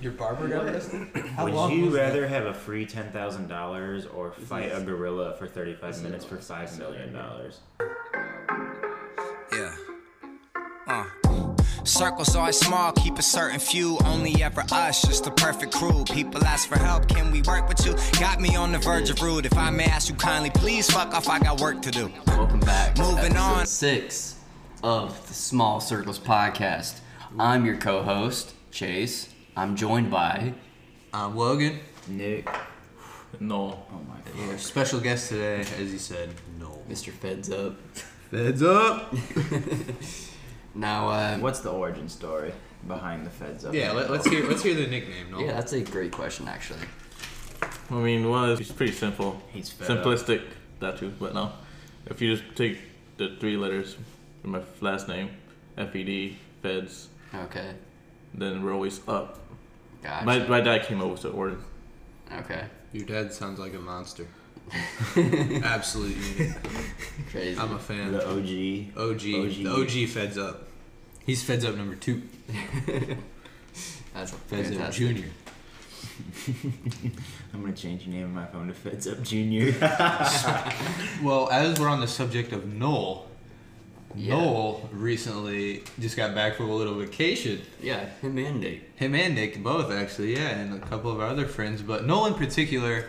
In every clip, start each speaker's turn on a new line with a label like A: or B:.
A: Your barber got arrested? How
B: Would
A: long
B: you
A: was
B: rather
A: that?
B: have a free ten thousand dollars or fight a
A: is-
B: gorilla for thirty
A: this
B: five
A: is
B: minutes
A: all-
B: for five
A: this is
B: million
A: all right
B: dollars?
C: Yeah. Uh. Circles always small, keep a certain few. Only ever us, just the perfect crew. People ask for help, can we work with you? Got me on the verge of rude. If I may ask you kindly, please fuck off, I got work to do.
D: Welcome back. to
C: Moving
D: episode
C: on.
D: Six of the Small Circles podcast. I'm your co-host Chase. I'm joined by
E: I'm Logan.
B: Nick.
E: No.
D: oh my
E: Yeah, our special guest today, as you said, no.
D: Mr. Feds up.
E: Heads up.
D: Now, uh,
B: What's the origin story behind the feds up?
E: Yeah, let, let's hear let's hear the nickname. No.
D: yeah, that's a great question actually.
F: I mean, one is it's pretty simple.
B: He's fed up.
F: Simplistic, that too. But no, if you just take the three letters from my last name, F-E-D, Feds,
D: Okay,
F: then we're always up.
D: gotcha.
F: My, my dad came up with the order.
D: okay,
E: Your dad sounds like a monster. Absolute unit.
D: crazy.
E: I'm a fan.
B: The OG.
E: OG.
B: OG.
E: The OG feds up. He's feds up number two.
D: that's a
E: Feds
D: fantastic.
E: up junior.
B: I'm gonna change the name of my phone to Feds Up Junior.
E: Well, as we're on the subject of Noel,
D: Yeah.
E: Noel recently just got back from a little vacation.
D: Yeah, him and Nate.
E: Him and Nick both actually, yeah, and a couple of our other friends, but Noel in particular,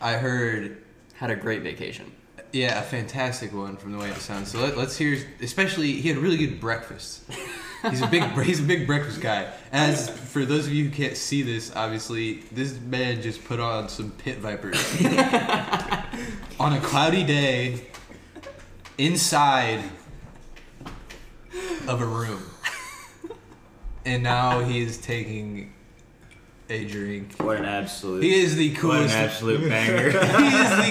E: I heard
D: had a great vacation.
E: Yeah, a fantastic one from the way it sounds. So let, let's hear. Especially, he had a really good breakfast. He's a big, he's a big breakfast guy. As for those of you who can't see this, obviously, this man just put on some pit vipers on a cloudy day inside of a room, and now he's taking a drink.
B: what an absolute.
E: He is the
B: what an
E: coolest.
B: absolute
E: He
B: banger.
E: is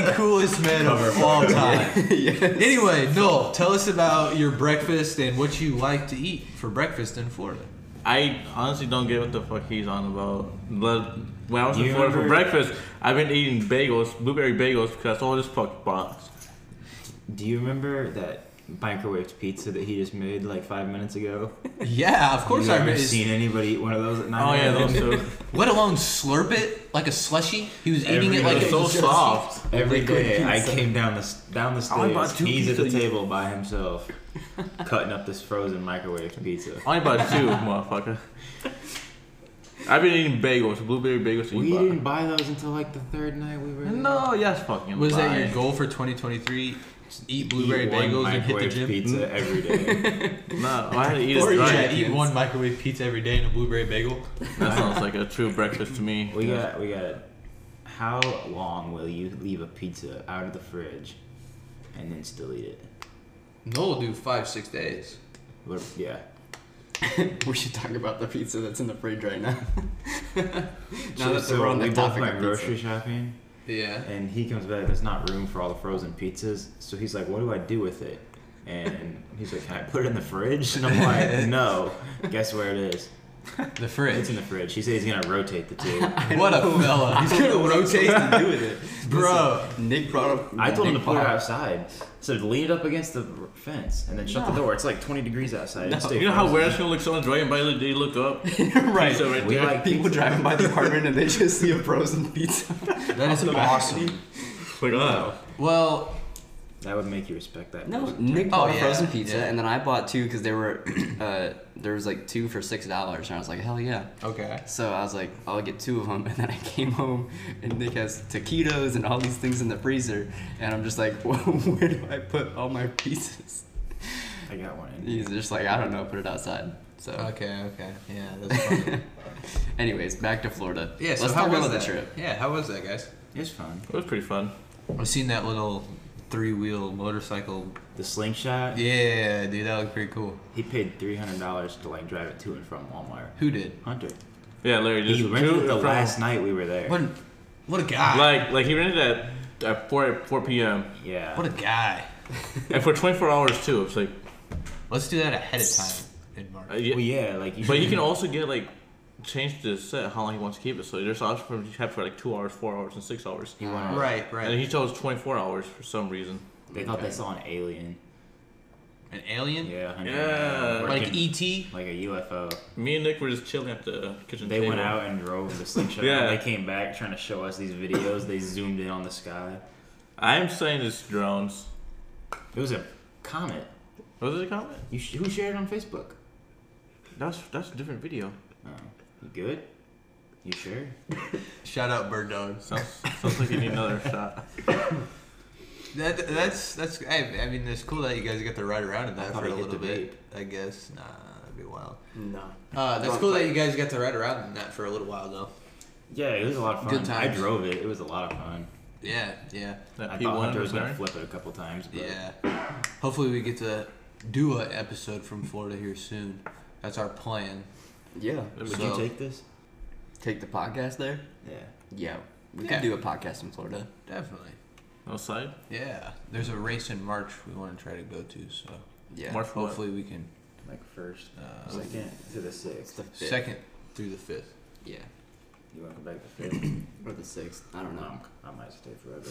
E: the coolest man of all time.
D: yeah.
E: Anyway, Noel, tell us about your breakfast and what you like to eat for breakfast in Florida.
F: I honestly don't get what the fuck he's on about. But when I was
B: You
F: in Florida for
B: remember-
F: breakfast, I've been eating bagels, blueberry bagels, because that's all this fuck box.
B: Do you remember that microwaved pizza that he just made like five minutes ago?
E: Yeah, of course
B: you
E: I
B: ever
E: remember.
B: seen anybody eat one of those at
F: Oh
B: nine?
F: yeah,
B: a.m.?
F: those two.
E: Let alone slurp it like a slushy. He was eating it
B: Everybody-
E: like it
F: so
E: was just-
F: soft.
B: Every
D: Liquid
B: day I
D: pizza.
B: came down the s- down the
F: only bought
B: stairs.
F: two
B: He's at the
F: pizza, you-
B: table by himself, cutting up this frozen microwave pizza.
F: I only bought two, motherfucker. I've been eating bagels, blueberry bagels. and
B: We
F: you bought-
B: didn't buy those until like the third night we were.
F: No, yes, fucking.
E: Was that
F: lying.
E: your goal for 2023? Eat
B: Eat
E: blueberry
B: one
E: bagels and hit the
B: microwave
E: gym.
B: pizza every day.
F: No, I had to eat
E: Or
F: it
E: yeah,
F: right.
E: eat one microwave pizza every day and a blueberry bagel.
F: That sounds like a true breakfast to me.
B: we got we got. How long will you leave a pizza out of the fridge, and then still eat it?
E: Noel will do five six days.
B: We're- yeah.
D: we should talk about the pizza that's in the fridge right now. now
B: So-
D: that
B: so
D: we're on
B: we
D: the
B: both
D: topic
B: went
D: of
B: grocery
D: pizza.
B: shopping,
E: Yeah.
B: and he comes back. There's not room for all the frozen pizzas, so he's like, "What do I do with it?" And he's like, "Can I put it in the fridge?" And I'm like, "No." Guess where it is?
E: The
B: It's
E: fridge.
B: in the fridge. He said he's gonna rotate the two.
E: What a fella. He's gonna rotate and do with it. Bro.
D: Nick brought up.
B: I told him to
D: Nick
B: put it
D: brought up-
B: outside. So lean it up against the r- fence and then shut the door. It's like 20 degrees outside. It'd stay
F: You know how
B: frozen.
F: weird it's gonna look someone's driving by the they look up?
D: right.
F: Pizza right
B: We
F: there.
B: like
D: People
B: pizza.
D: driving by the apartment and they just see a frozen pizza.
E: That is awesome.
F: Like, oh.
E: Well,
B: That would make you respect that.
D: No,
B: person.
D: Nick
E: Oh,
D: bought a
E: yeah,
D: frozen pizza,
E: yeah.
D: and then I bought two because they were, uh, there was like two for six dollars, and I was like, hell yeah.
E: okay.
D: So I was like, I'll get two of them, and then I came home, and Nick has taquitos and all these things in the freezer, and I'm just like, where do I put all my pizzas?
B: I got one. In.
D: He's just like, I don't know, put it outside. So,
E: Okay, okay. Yeah, that's fun.
D: anyways, back to Florida.
E: Yeah, so
D: let's
E: how
D: talk
E: was
D: about
E: that?
D: the trip.
E: Yeah, how was that, guys?
B: It's fun.
F: It was pretty fun.
E: I've seen that little three-wheel motorcycle.
B: The slingshot.
E: Yeah, dude, that looked pretty cool.
B: He paid $300 to like drive it to and from Walmart.
E: Who did?
B: Hunter.
F: Yeah, Larry just
B: He rented
F: two
B: it the
F: from-
B: last night we were there.
E: What? What a guy!
F: Like, like he rented it at, at 4 at 4 p.m.
B: Yeah.
E: what a guy!
F: and for 24 hours too. It's like,
E: Let's do that ahead of time in March.
F: uh, yeah.
B: well, yeah, like you
F: but you
B: should-
F: can also get like change the set how long you want to keep it. So there's option for you have for like two hours, four hours, and six hours.
B: You wanna-
E: Right,
F: And he chose 24 hours for some reason.
B: They thought they saw an alien.
E: An alien?
B: Yeah. I know.
F: Yeah.
B: Or it
E: Like E
B: can-
E: E.T.?
B: like a UFO.
F: Me and Nick were just chilling at the kitchen
B: They
F: table.
B: went out and drove the slingshot.
F: Yeah.
B: They came back trying to show us these videos. They zoomed in on the sky.
F: I'm saying it's drones.
B: It was a comet.
F: Was it a comment?
B: You sh- who shared it on Facebook?
F: That's that's a different video.
B: Oh, you good? You sure?
E: Shout out Bird Dog.
F: Sounds sounds like you need another shot.
E: That that's that's. I, I mean, it's cool that you guys got to ride around in that
B: thought
E: for a
B: I'd get
E: little
B: to
E: bit. I guess nah, that'd be wild.
D: No.
E: Uh, that's
D: Don't
E: cool
D: play.
E: that you guys got to ride around in that for a little while though.
B: Yeah, it was a lot of fun.
E: Good times.
B: I drove it. It was a lot of fun.
E: Yeah, yeah,
F: That
B: I
F: P1
B: thought Hunter was
F: was
B: gonna
F: there.
B: flip it a couple times, but
E: yeah. Hopefully, we get to do a episode from Florida here soon. That's our plan.
D: Yeah.
B: would
E: So-
B: you take this?
D: Take the podcast there.
B: Yeah.
D: Yeah. We
E: Yeah.
D: could do a podcast in Florida.
E: Definitely.
F: Outside?
E: Yeah. There's a race in March we want to try to go to. So
D: Yeah.
F: March what?
E: hopefully we can
B: Like first,
E: uh,
B: second to the
D: It's
B: sixth.
D: the fifth.
E: second through the fifth.
D: Yeah.
B: You want to go back to fifth?
D: Or the sixth. I don't know.
B: No, I might stay forever.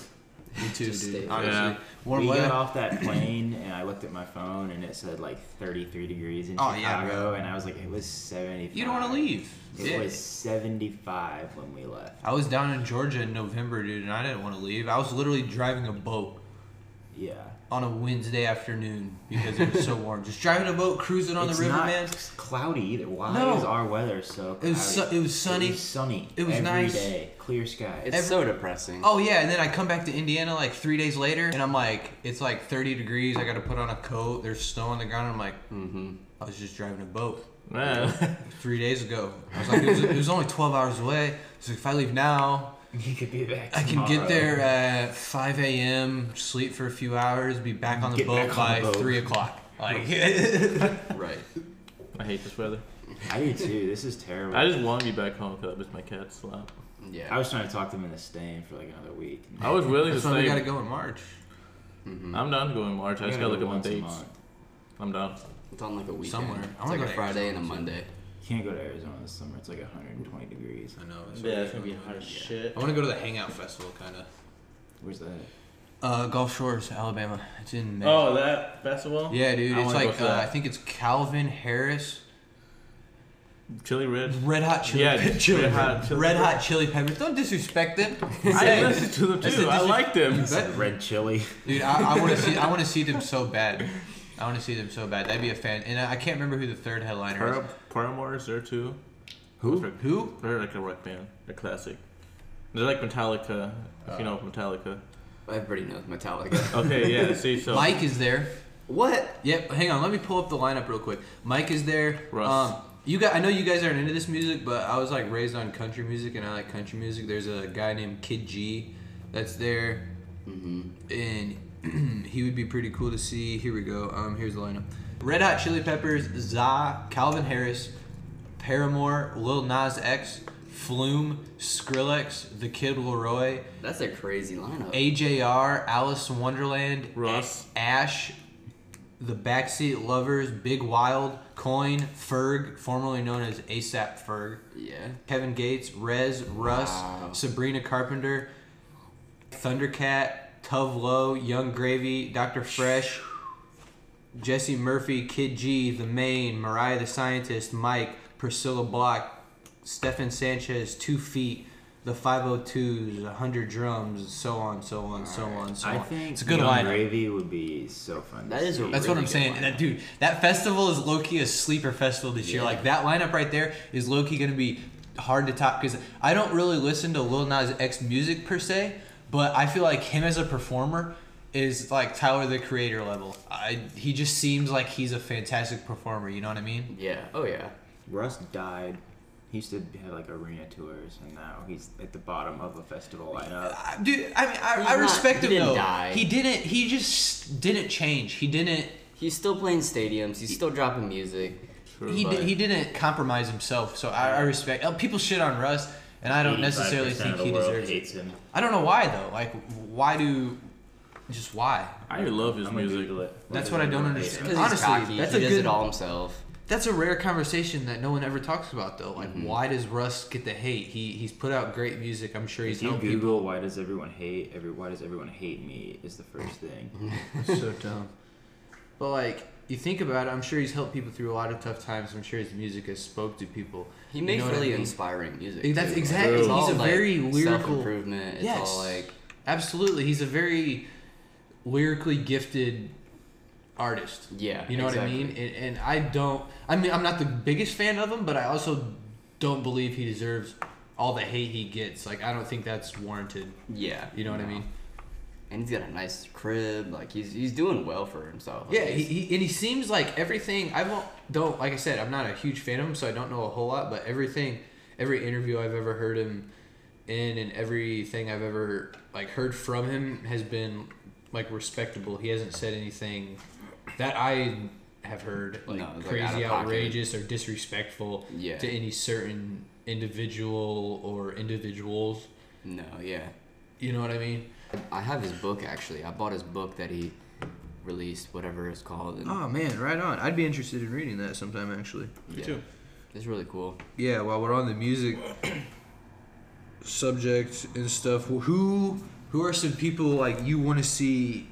E: You too,
D: Just
E: dude.
D: stay-
E: Honestly,
F: Yeah.
E: warm
B: we
E: weather.
B: got off that plane and I looked at my phone and it said like 33 degrees in
E: Oh, yeah,
B: Chicago and I was like, it was 75.
E: You don't want to leave.
B: It was 75 when we left.
E: I was down in Georgia in November, dude, and I didn't want to leave. I was literally driving a boat
B: Yeah.
E: on a Wednesday afternoon because it was so warm. Just driving a boat, cruising on
B: it's
E: the river,
B: not
E: man.
B: cloudy either. Why
E: No.
B: is our weather so
E: It
B: cloudy?
E: was su- it was sunny.
B: It was sunny.
E: It was
B: every
E: nice.
B: day. Clear sky.
D: It's so depressing.
E: Oh yeah, and then I come back to Indiana like three days later, and I'm like, it's like 30 degrees. I got to put on a coat. There's snow on the ground. I'm like,
D: Mm-hmm.
E: I was just driving a boat
F: Man.
E: three days ago. I was like, it was, it was only 12 hours away. So if I leave now,
B: you could be back
E: I can
B: tomorrow.
E: get there uh, at 5 a.m., sleep for a few hours, be back on the
B: Get
E: boat
B: back on
E: by
B: the boat.
E: 3 o'clock. Like,
D: Right.
F: I hate this weather.
B: I do too. This is terrible.
F: I just want to be back home because I miss my cats a lot.
D: Yeah.
B: I was trying to talk them into staying for like another week.
F: I was willing to
E: that's why we
F: stay.
E: got to go in March.
F: I'm down to go in March. I just gotta look at my
B: once a
F: dates.
B: month.
F: I'm down.
D: It's on like a weekend.
E: Somewhere. I
D: It's
E: wanna
D: like
E: go
D: a
E: to
D: Friday and
E: Arizona,
D: a
E: too.
D: Monday.
B: Can't go to Arizona this summer. It's like 120 degrees.
E: I know.
F: as shit.
E: I want to go to the Hangout Festival, kind of.
B: Where's that?
E: Uh, Gulf Shores, Alabama. It's in May.
F: Oh, that festival?
E: Yeah, dude.
F: I
E: It's
F: wanna go
E: like
F: for
E: uh, I
F: that.
E: think it's Calvin Harris,
F: Chili Red.
E: Red Hot Chili,
F: Yeah,
E: Pe-
F: Red
E: Chili
F: Hot Chili
E: Red Hot Chili Peppers. Don't disrespect them,
F: I listened to them
E: That's
F: too.
E: the
F: I
E: dis-
F: liked them.
E: That-
B: Red chili.
E: dude. I, I want to see. I want to see them so bad. I want to see them so bad. That'd be a fan. And I, I can't remember who the third headliner is.
F: Par- Paramore is there too.
B: Who?
E: Who?
F: They're like a rock band. They're classic. They're like Metallica. If you know Metallica.
D: Everybody knows Metallica.
F: Okay, yeah. See, so
E: Mike is there.
D: what?
E: Yep. Hang on. Let me pull up the lineup real quick. Mike is there.
F: Russ.
E: Um, you got. I know you guys aren't into this music, but I was like raised on country music, and I like country music. There's a guy named Kid G, that's there, and he would be pretty cool to see. Here we go. Um, here's the lineup: Red Hot Chili Peppers, Za, Calvin Harris, Paramore, Lil Nas X, Flume, Skrillex, The Kid Leroy,
D: That's a crazy lineup.
E: AJR, Alice in Wonderland,
F: Russ.
E: Ash, The Backseat Lovers, Big Wild, Coin, Ferg, formerly known as ASAP Ferg,
D: Yeah.
E: Kevin Gates, Rez, Russ,
D: Wow.
E: Sabrina Carpenter, Thundercat, Tove Lo, Young Gravy, Dr. Fresh, Jesse Murphy, Kid G, The Main, Mariah the Scientist, Mike, Priscilla Block, Stefan Sanchez, Two Feet, The 502s, 100 Drums, so on, so on, so on, so
B: I
E: on.
B: think
E: it's a good
B: Young
E: lineup.
B: Gravy would be so fun. to
D: That is a
B: see.
E: That's what
D: Really
E: I'm
D: good
E: saying. That,
D: lineup.
E: dude, that festival is low key a sleeper festival this year. Like that lineup right there is low key gonna be hard to top because I don't really listen to Lil Nas X music per se, but I feel like him as a performer is like Tyler the Creator level. I he just seems like he's a fantastic performer. You know what I mean?
D: Yeah. Oh yeah.
B: Russ died. He used to have like arena tours, and now he's at the bottom of a festival lineup.
E: I- Dude, I mean,
D: He's
E: I, I
D: not-
E: respect
D: he
E: him
D: didn't
E: though.
D: die.
E: He didn't. He just didn't change. He didn't.
D: He's still playing stadiums. He's still dropping music.
F: True,
E: He,
F: like-
E: di- he didn't compromise himself, so I, I respect. uh, People shit on Russ, and I don't necessarily
B: 85%
E: think
B: of the
E: he
B: world
E: deserves it.
B: hates him.
E: I don't know why though. Like, why do? Just why?
F: I love his
B: I'm gonna
F: music.
B: Google it.
E: That's
B: does
E: what I don't
B: everyone hate
E: understand.
B: him?
D: Because he's
E: Honestly,
D: cocky.
E: that's
D: he
E: a
D: does
E: good-
D: it all himself.
E: That's a rare conversation that no one ever talks about though. Like, why does Russ get the hate? He he's put out great music. I'm sure he's
B: If you
E: helped people.
B: Google why does everyone hate every why does everyone hate me is the first thing.
E: so dumb. But like, you think about it, I'm sure he's helped people through a lot of tough times. I'm sure his music has spoke to people.
D: He
E: You
D: makes
E: know what I
D: really
E: mean?
D: inspiring music.
E: That's
D: too. Like,
E: exactly-
D: it's
E: he's
D: all,
E: a
D: like,
E: very lyrical-
D: Self-improvement. It's
E: Yes.
D: all like
E: Absolutely, he's a very lyrically gifted artist.
D: Yeah,
E: you know
D: exactly.
E: what I mean. And, and I don't. I mean, I'm not the biggest fan of him, but I also don't believe he deserves all the hate he gets. Like, I don't think that's warranted.
D: yeah.
E: You know what I
D: no.
E: mean?
D: And he's got a nice crib. Like he's he's doing well for himself. Like,
E: Yeah, he,
D: he's-
E: he, and he seems like everything. I won't don't like I said. I'm not a huge fan of him, so I don't know a whole lot. But everything, every interview I've ever heard him in, and everything I've ever like heard from him has been like respectable. He hasn't said anything that I have heard like
D: No, it's, like, out of
E: crazy,
D: pocket.
E: outrageous, or disrespectful
D: Yeah.
E: to any certain individual or individuals.
D: no, yeah.
E: You know what I mean?
D: I have his book actually. I bought his book that he released, whatever it's called. And,
B: Oh,
E: Oh, man, right on. I'd be interested in reading that sometime actually.
D: yeah, It's really cool.
E: yeah, while we're on the music subject and stuff, who who are some people like you want to see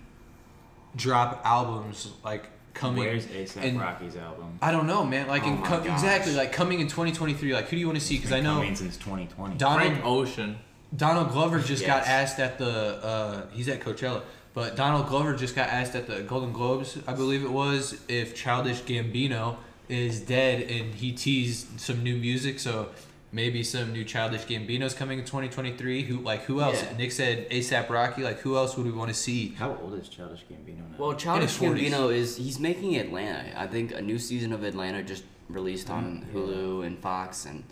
E: drop albums like coming?
B: Where's ASAP
E: in-
B: Rocky's album?
E: I don't know, man. Like
D: Oh
E: in
D: my
E: co-
D: gosh.
E: exactly like coming in 2023. Like who do you want to see? Because I know
B: Coming since 2020.
E: Donald
F: Frank Ocean.
E: Donald Glover just
B: Yes.
E: got asked at the uh, he's at Coachella, but Donald Glover just got asked at the Golden Globes, I believe it was, if Childish Gambino is dead, and he teased some new music, so maybe some new Childish Gambino's coming in 2023. Who like who else?
D: Yeah.
E: Nick said ASAP Rocky. Like who else would we want to see?
B: How old is Childish Gambino now?
D: Well, Childish
E: 40s.
D: Gambino is he's making Atlanta. I think a new season of Atlanta just released on
B: Mm-hmm.
D: Hulu and Fox and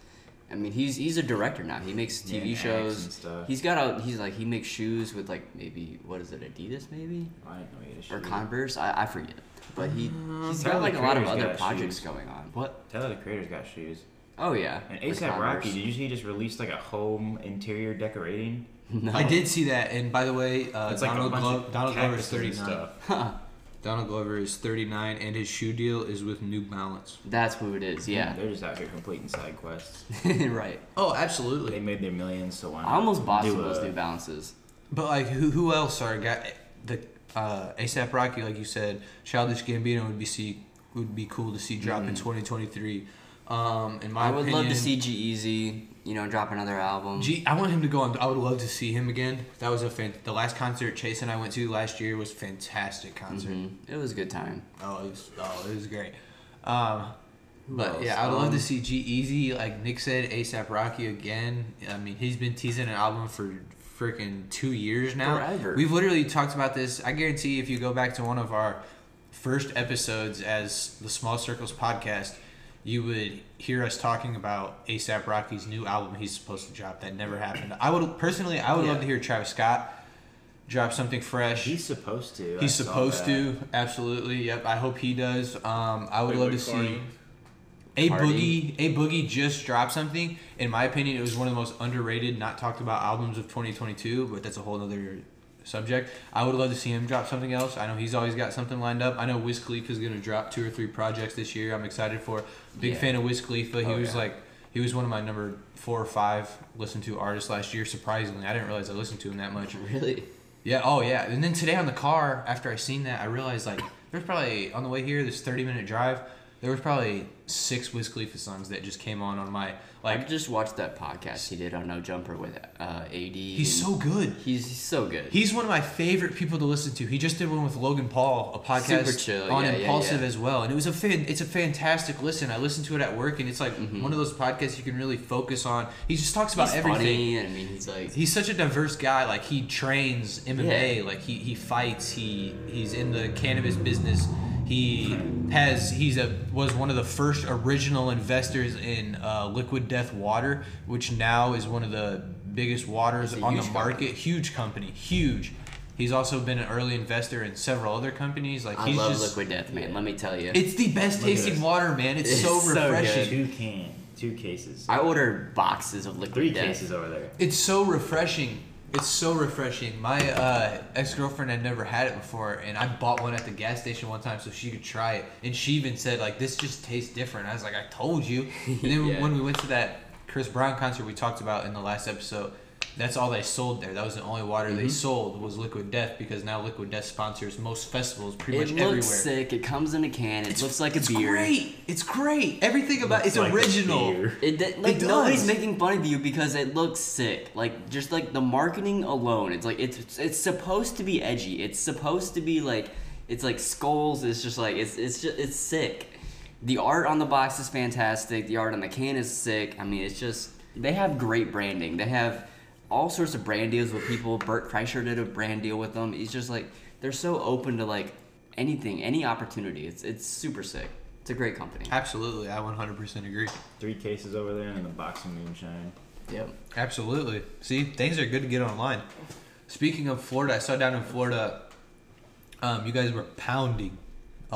D: I mean he's he's a director now. He makes
B: Yeah,
D: TV
B: and acts
D: shows.
B: and stuff.
D: He's got out he's like he makes shoes with like maybe what is it Adidas maybe
B: I didn't know he had a
D: or
B: shoe.
D: Converse I, I forget. But he
E: Mm,
D: he's got
B: Tyler,
D: like
B: the
D: a lot of
B: Creator's
D: other
B: got
D: projects
B: shoes.
D: going on. What?
B: Tyler the Creator's got shoes.
D: Oh yeah.
B: And
D: with
B: ASAP Rocky,
D: Converse.
B: did you see he just released like a home interior decorating?
D: No.
E: I did see that, and by the way, uh,
B: It's like
E: Donald,
B: a bunch
E: Glo-
B: of
E: Donald Glover is
B: cactuses and
E: 39. Donald Glover is 39, and his shoe deal is with New Balance.
D: That's who it is. Yeah.
B: They're just out here completing side quests.
D: right.
E: Oh,
B: They
E: absolutely.
B: made their millions, so why not?
D: I almost bought
B: do
D: some of those
B: a-
D: New Balances.
E: But like, who who else are got the uh, ASAP Rocky? Like you said, Childish Gambino would be see would be cool to see drop in twenty twenty three. Um, in my
D: Mm-hmm. I would
E: opinion,
D: love to see G Easy, you know, drop another album.
E: G- I want him to go on. I would love to see him again. That was a fan- the last concert Chase and I went to last year was fantastic concert.
D: Mhm. It was a good time.
E: Oh, it was, oh, it was great. Um, but
D: else?
E: yeah, I'd love to
D: Um,
E: see G Easy, like Nick said, ASAP Rocky again. I mean, he's been teasing an album for freaking two years now.
D: Forever.
E: We've literally talked about this. I guarantee if you go back to one of our first episodes as the Small Circles podcast, you would hear us talking about ASAP Rocky's new album he's supposed to drop that never happened. I would personally, I would
D: Yeah.
E: love to hear Travis Scott drop something fresh.
B: He's supposed to. I
E: He's
B: saw
E: supposed
B: that.
E: to, absolutely. Yep, I hope he does. Um, I would
F: Wait,
E: love
F: wait,
E: to see
F: Cardi?
E: a
D: Cardi?
E: boogie. A boogie just dropped something. In my opinion, it was one of the most underrated, not talked about albums of 2022. But that's a whole other subject. I would love to see him drop something else. I know he's always got something lined up. I know Wiz Khalifa is going to drop two or three projects this year. I'm excited for. Big
D: Yeah.
E: fan of Wiz Khalifa. He
D: Oh,
E: was
D: yeah.
E: like. He was one of my number four or five listened to artists last year. Surprisingly, I didn't realize I listened to him that much.
D: Really?
E: Yeah. Oh, yeah. And then today on the car, after I seen that, I realized like there's probably on the way here this 30 minute drive, there was probably six Wiz Khalifa songs that just came on on my
D: I
E: like.
D: just watched that podcast he did on No Jumper with uh, AD.
E: He's so good.
D: he's, he's so good.
E: He's one of my favorite people to listen to. He just did one with Logan Paul, a podcast
D: Super chill,
E: on
D: yeah, yeah,
E: Impulsive
D: yeah.
E: as well, and it was a fan, it's a fantastic listen. I listened to it at work, and it's like one of those podcasts you can really focus on. He just talks about
D: Mm-hmm. He's
E: everything.
D: funny. and I mean, he's like
E: He's such a diverse guy. Like he trains MMA. Like he, he fights. He he's in the cannabis business. He has he's a was one of the first original investors in uh, Liquid Death Water, which now is one of the biggest waters
D: It's a
E: on the
D: huge
E: market.
D: company.
E: Huge company. Huge. He's also been an early investor in several other companies. Like
D: I
E: he's
D: love
E: just
D: Liquid Death, man. Let me tell you.
E: it's the best
B: Look at
E: tasting
B: this.
E: water, man. It's,
D: It's
E: so
D: so good.
E: refreshing.
B: Two can, two cases,
D: I ordered boxes of Liquid
B: three
D: Death.
B: cases over there.
E: It's so refreshing. It's so refreshing. My uh, ex girlfriend had never had it before, and I bought one at the gas station one time so she could try it. And she even said like, "This just tastes different." I was like, "I told you." And then
D: Yeah.
E: when we went to that Chris Brown concert we talked about in the last episode, That's all they sold there. That was the only water
D: Mm-hmm.
E: they sold was Liquid Death because now Liquid Death sponsors most festivals pretty
D: It
E: much
D: looks
E: everywhere.
D: sick. It comes in a can. It looks like a
E: It's
D: beer.
E: great. It's great. Everything about it's
B: Like a
E: original.
B: beer.
D: It, that- like
E: does.
D: nobody's making fun of you because it looks sick. Like just like the marketing alone, it's like it's it's, it's supposed to be edgy. It's supposed to be like it's like skulls. It's just like it's it's just it's sick. The art on the box is fantastic. The art on the can is sick. I mean, it's just they have great branding. They have all sorts of brand deals with people. Bert Kreischer did a brand deal with them. He's just like they're so open to like anything, any opportunity. It's it's super sick. It's a great company.
E: Absolutely, I 100% agree.
B: Three cases over there and then a box of moonshine.
D: Yep.
E: Absolutely. See, things are good to get online. Speaking of Florida, I saw down in Florida, um, you guys were pounding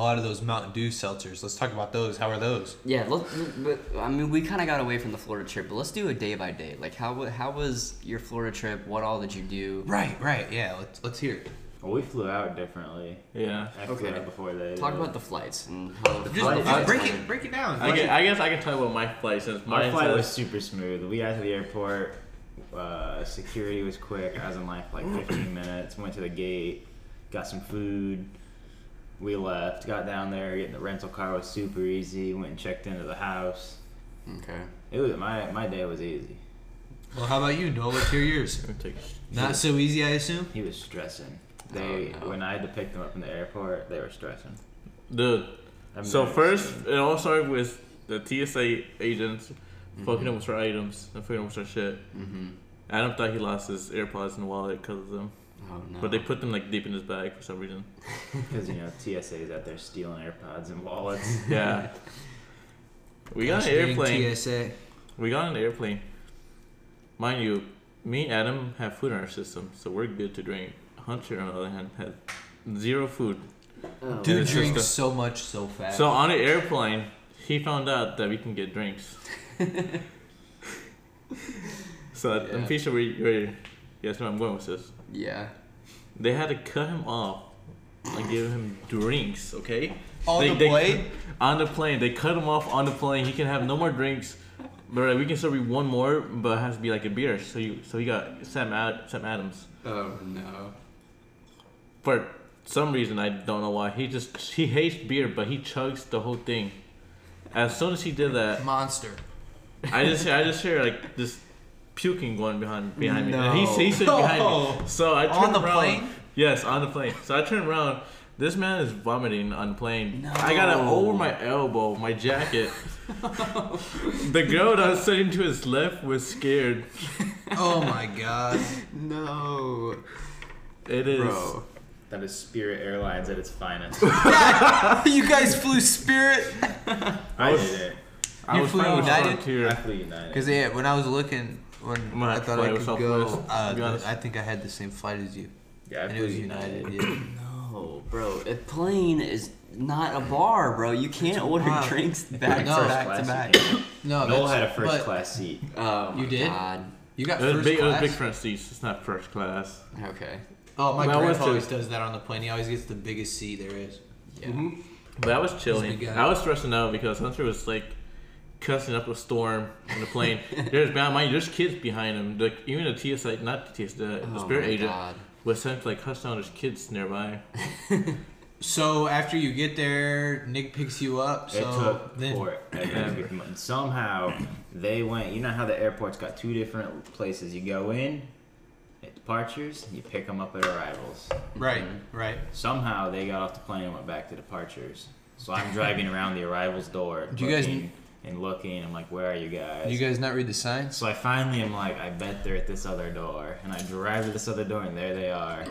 E: a lot of those Mountain Dew seltzers. Let's talk about those. How are those?
D: Yeah, let but I mean, we kind of got away from the Florida trip, but let's do a day by day. Like, how wa- how was your Florida trip? What all did you do?
E: Right, right. Yeah, let's let's hear it.
B: Well, we flew out differently.
F: Yeah.
B: I flew
D: Okay.
B: out before they.
D: Talk
B: did.
D: about the flights and how.
E: Just,
D: how the
E: just
D: flights
E: break
D: went.
E: it break it down.
F: I, guess, I guess I can tell you about my flight since
B: Our
F: my
B: flight was super smooth. We got to the airport. Uh, security was quick. I was in line for like 15 minutes. Went to the gate, got some food. We left. Got down there. Getting the rental car was super easy. Went and checked into the house.
D: Okay.
B: It was my my day was easy.
E: Well, how about you, Noel? Let's hear yours. Not so easy, I assume.
B: He was stressing. They
D: Oh, no.
B: when I had to pick them up in the airport, they were stressing.
F: Dude,
B: I've
F: so
B: never
F: first,
B: seen-
F: it all started with the TSA agents fucking up with our items and fucking up with our shit.
D: Mm-hmm.
F: Adam thought he lost his AirPods and wallet because of them,
D: Oh no.
F: but they put them like deep in his bag for some reason.
B: Because you know TSA is out there stealing AirPods and wallets.
F: Yeah. we got an
E: Gosh, dang
F: airplane.
E: TSA.
F: We got an airplane. Mind you, me and Adam have food in our system, so we're good to drink. Hunter, on the other hand, had zero food.
D: Oh.
F: Dude.
E: Dude
F: It's
E: drinks
F: just
E: so much so fast.
F: So on the airplane, he found out that we can get drinks. so I'm
D: Yeah.
F: pretty sure we, we yes, where I'm going with this.
D: Yeah.
F: They had to cut him off and give him drinks. Okay.
E: On
F: They-
E: the
F: they-
E: plane?
F: on the plane, they cut him off on the plane. He can have no more drinks. But like, we can serve you one more, but it has to be like a beer. So you, so he got Sam Ad, Sam Adams.
D: Oh no.
F: For some reason, I don't know why. He just he hates beer, but he chugs the whole thing. As soon as he did that,
E: Monster.
F: I just I just hear like this puking going behind behind me.
D: No.
F: And he's he's sitting behind
E: No.
F: me. So I
E: On
F: turned
E: the
F: around.
E: plane?
F: Yes, on the plane. So I turned around. This man is vomiting on plane. I got it over my elbow, my jacket. the girl that was sitting to his left was scared.
E: Oh my god.
D: No.
F: It is.
D: Bro.
B: That is Spirit Airlines at its finest.
E: you guys flew Spirit.
B: I did
F: I
E: You
F: was
E: flew
F: flying with
E: United?
B: it. I
F: Frontier.
B: flew United.
E: Because yeah, when I was looking, when
F: My
E: I thought
F: flight
E: I
F: was
E: could go,
F: Southwest,
E: uh,
F: to be honest.
E: I think I had the same flight as you,
B: yeah, I
E: and it was
B: flew
E: United. Yeah.
D: No, bro. A plane is not a bar, bro. You can't order
E: wild.
D: drinks back
E: No. Oh
D: to back to
B: class,
D: back.
B: you can't.
E: no,
B: Noel
E: that's-
B: had a first
E: but
B: class seat.
D: Oh. my
E: You did?
D: God.
E: You got
F: It was
E: first
F: big. It was
E: class.
F: big front seats. It's not first class.
D: Okay.
E: oh, my
F: Well, I went
E: grandpa
F: to-
E: always does that on the plane. He always gets the biggest seat there is.
D: Yeah.
F: Mm-hmm. But I was chilling.
E: big guy.
F: I was stressing out because Hunter was like cussing up a storm on the plane. there's behind mind, there's kids behind him. Like even the TSA, not the TSA, the, the
D: Oh
F: spirit
D: my
F: agent
D: God.
F: was sent to like cuss down. There's kids nearby.
E: So after you get there, Nick picks you up.
B: It
E: So
B: took
E: then,
B: forever. to get them up. And somehow they went. You know how the airport's got two different places you go in at departures, you pick them up at arrivals.
E: right,
F: Mm-hmm.
E: right.
B: Somehow they got off the plane and went back to departures. So I'm driving around the arrivals door,
E: Do you guys-
B: looking and looking. I'm like, where are you guys?
E: You guys not read the signs?
B: so I finally am like, I bet they're at this other door, and I drive to this other door, and there they are.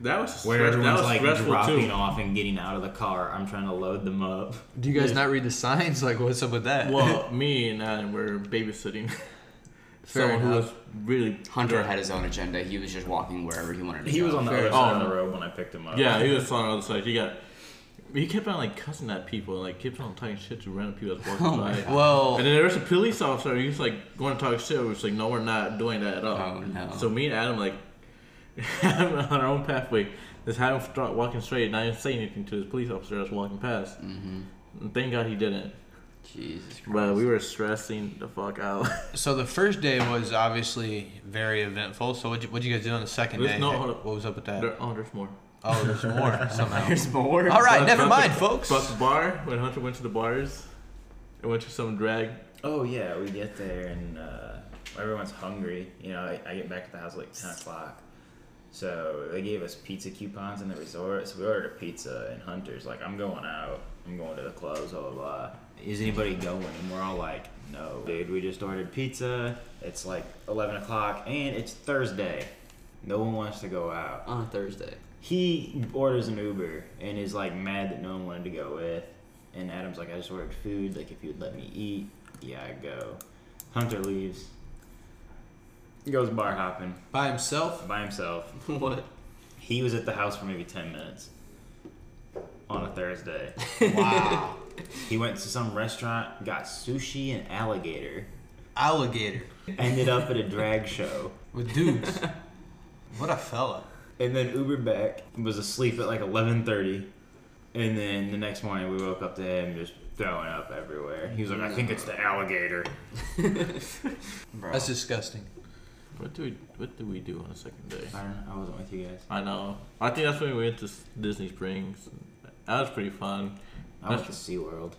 F: That was
B: Where
F: stress, that
B: everyone's
F: was
B: like
F: stressful
B: dropping
F: too.
B: off and getting out of the car. I'm trying to load them up.
E: Do you guys not read the signs? Like, what's up with that?
F: Well, me and Adam were babysitting.
E: Fair
F: Someone who
E: enough.
F: was really
D: Hunter had his own agenda. He was just walking wherever he wanted to
B: He
D: go.
B: was on the
E: fair.
B: other side
F: Oh.
B: of the road when I picked him up.
F: Yeah, he was on the other side. He got. He kept on like cussing at people, and, like kept on talking shit to random people that's walking by.
E: Oh Well,
F: And then there was a police officer who was like going to talk shit. Was like, no, we're not doing that at all.
D: Oh, no.
F: So me and Adam like on our own pathway. This had him start walking straight, not even saying anything to this police officer that's walking past. Mm-hmm. And thank God he didn't.
D: Jesus Christ.
F: But we were stressing the fuck out.
E: So the first day was obviously very eventful. So what would you guys do on the second
F: There's
E: day?
F: no- hold up.
E: what was up with that?
F: There- oh, there's more.
E: Oh, there's more somehow.
D: There's more.
E: All right,
F: But-
E: never
F: but-
E: mind,
F: but-
E: folks.
F: But the bar, when Hunter went to the bars, I went to some drag.
B: Oh yeah, we get there and uh, everyone's hungry. You know, I, I get back to the house like ten o'clock. So they gave us pizza coupons in the resort, so we ordered a pizza. And Hunter's like, "I'm going out. I'm going to the clubs. Blah blah blah." Is anybody going? And we're all like, "No, dude. We just ordered pizza. It's like eleven o'clock, and it's Thursday. No one wants to go out."
D: On a Thursday.
B: he orders an Uber and is like mad that no one wanted to go with. And Adam's like, I just ordered food. Like, if you'd let me eat, yeah, I'd go. Hunter leaves. He goes bar hopping
E: By himself.
B: by himself.
D: what?
B: He was at the house for maybe 10 minutes on a Thursday.
E: Wow.
B: He went to some restaurant, got sushi and alligator,
E: Alligator
B: ended up at a drag show.
E: with dudes. what a fella.
B: and then Uber back was asleep at like eleven thirty, and then the next morning we woke up to him just throwing up everywhere. He was like, "I think it's the alligator."
D: Bro.
E: That's disgusting.
F: What do we What do we do on the second day?
B: I don't know. I wasn't with you guys.
F: I know. I think that's when we went to S- Disney Springs. That was pretty fun.
B: I went to SeaWorld.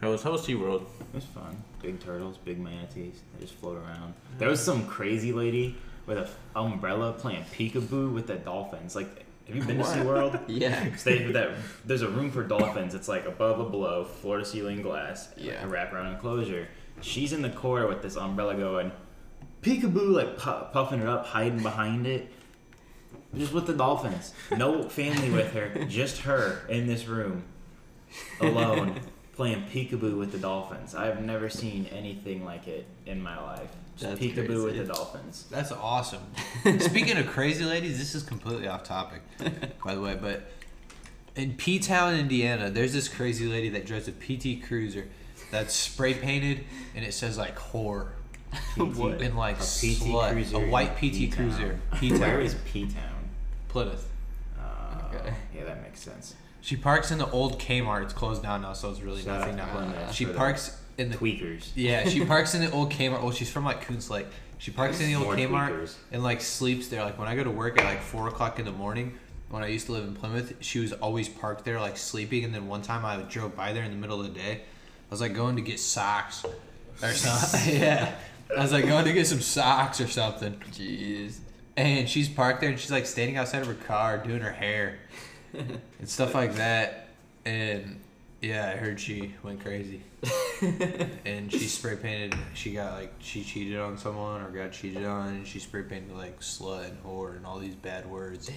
F: How was How was SeaWorld?
B: It was fun. Big turtles, big manatees. They just float around. There was some crazy lady with an umbrella playing peekaboo with the dolphins. Like, have you been to SeaWorld?
D: Yeah.
B: Stay with that. There's a room for dolphins. It's like above a blow, floor to ceiling glass, yeah.
D: Yeah.
B: like a wraparound enclosure. She's in the corner with this umbrella going, peekaboo, like pu- puffing it up, hiding behind it. Just with the dolphins. No family with her, just her in this room, alone, playing peekaboo with the dolphins. I've never seen anything like it in my life. Just
D: That's
B: peekaboo with
D: crazy.
B: the dolphins.
E: That's awesome. Speaking of crazy ladies, this is completely off topic, by the way, but in P Town, Indiana, there's this crazy lady that drives a PT Cruiser that's spray painted and it says like whore
D: What?
E: and like
B: A PT
E: slut,
B: Cruiser
E: a
B: in
E: white PT
B: P-Town.
E: Cruiser. P
B: Where
E: Town,
B: is P Town?
E: Plymouth.
B: Uh,
D: Okay.
B: Yeah, that makes sense.
E: She parks in the old Kmart. It's closed down now, so it's really
B: Shout
E: nothing
B: out to
E: now.
B: Plymouth
E: She
B: for the
E: parks in the
B: Tweakers.
E: Yeah, she parks in the old Kmart. Well, she's from like Coons Lake. She parks in the old
B: More
E: Kmart
B: tweakers.
E: and like sleeps there. Like when I go to work at like four o'clock in the morning, when I used to live in Plymouth, she was always parked there like sleeping. And then one time I drove by there in the middle of the day. I was like going to get socks or something. yeah, I was like going to get some socks or something.
D: Jeez.
E: And she's parked there and she's like standing outside of her car doing her hair and stuff like that. And yeah, I heard she went crazy. and she spray painted, she got like, she cheated on someone or got cheated on. And she spray painted like slut and whore and all these bad words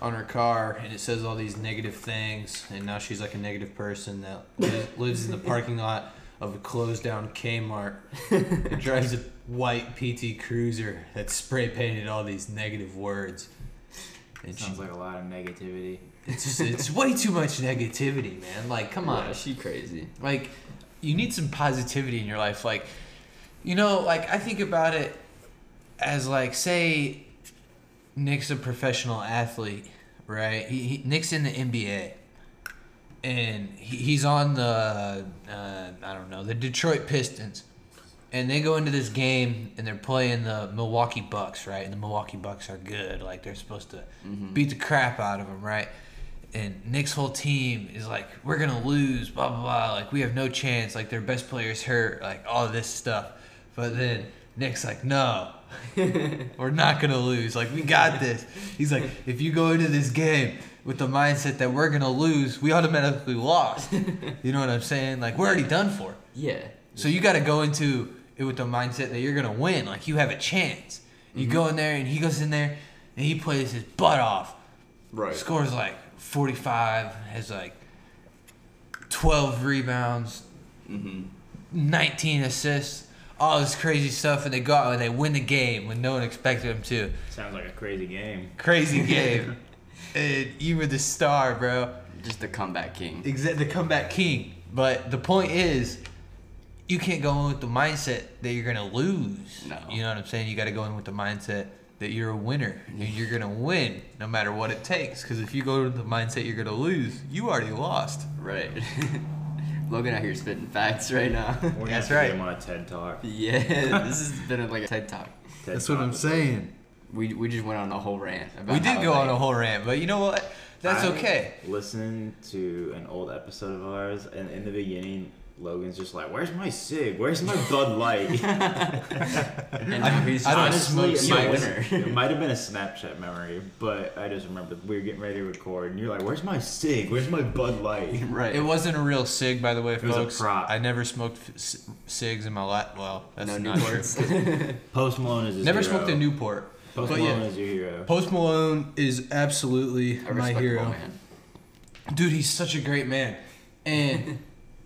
E: on her car. And it says all these negative things. And now she's like a negative person that lives, lives in the parking lot of a closed down Kmart and drives a white PT Cruiser that's spray painted all these negative words. And she
B: Sounds like a lot of negativity.
E: it's just, it's way too much negativity, man. Like, come on.
D: Yeah, she crazy.
E: Like, you need some positivity in your life. Like, you know, like I think about it as like, say, Nick's a professional athlete, right? He, he Nick's in the NBA, and he, he's on the uh, I don't know the Detroit Pistons, and they go into this game and they're playing the Milwaukee Bucks, right? And the Milwaukee Bucks are good, like they're supposed to beat the crap out of them, right? And Nick's whole team is like, we're gonna lose, blah blah blah. Like we have no chance. Like their best players hurt, like all this stuff. But then Nick's like, no, we're not gonna lose. Like we got this. He's like, if you go into this game with the mindset that we're gonna lose, we automatically lost. You know what I'm saying? Like we're already done for.
D: Yeah.
E: So you got to go into it with the mindset that you're gonna win. Like you have a chance. You go in there and he goes in there and he plays his butt off.
F: Right.
E: Scores like 45. Has like 12 rebounds. 19 assists. All this crazy stuff, and they go out and they win the game when no one expected them to.
B: Sounds like a crazy game.
E: Crazy game. and you were the star, bro.
D: Just the comeback king.
E: Exa- the comeback king. But the point is, you can't go in with the mindset that you're gonna lose.
D: No.
E: You know what I'm saying? You got to go in with the mindset that you're a winner and you're gonna win no matter what it takes. Because if you go with the mindset you're gonna lose, you already lost.
D: Right. Logan out here spitting facts right now.
B: We're gonna
E: That's
B: have to
E: right.
B: get him on a TED talk.
D: yeah, this has been like a TED talk.
B: TED
F: That's what
B: Talk
F: I'm
B: with
F: saying.
D: We, we just went on a whole rant about
E: We did
D: how,
E: go on
D: like-
E: a whole rant, but you know what? That's
B: I
E: okay.
B: Listen to an old episode of ours, and in the beginning, Logan's just like, "Where's my cig? Where's my Bud Light?"
D: and now he's
E: I don't
D: just
E: smoke
D: honestly a
E: cigs.
D: winner.
B: it might have been a Snapchat memory, but I just remember we were getting ready to record, and you're like, "Where's my cig? Where's my Bud Light?"
D: right.
E: It wasn't a real cig, by the way,
B: was a
E: folks.
B: prop.
E: I never smoked f- c- cigs in my life. Well, that's
D: no
E: Newport.
D: nuts.
B: Post Malone is his
E: Never
B: hero.
E: smoked a Newport.
B: Post
E: but
B: Malone
E: yeah,
B: is your hero.
E: Post Malone is absolutely
D: A
E: my
D: respectable
E: hero.
D: man.
E: Dude, he's such a great man. And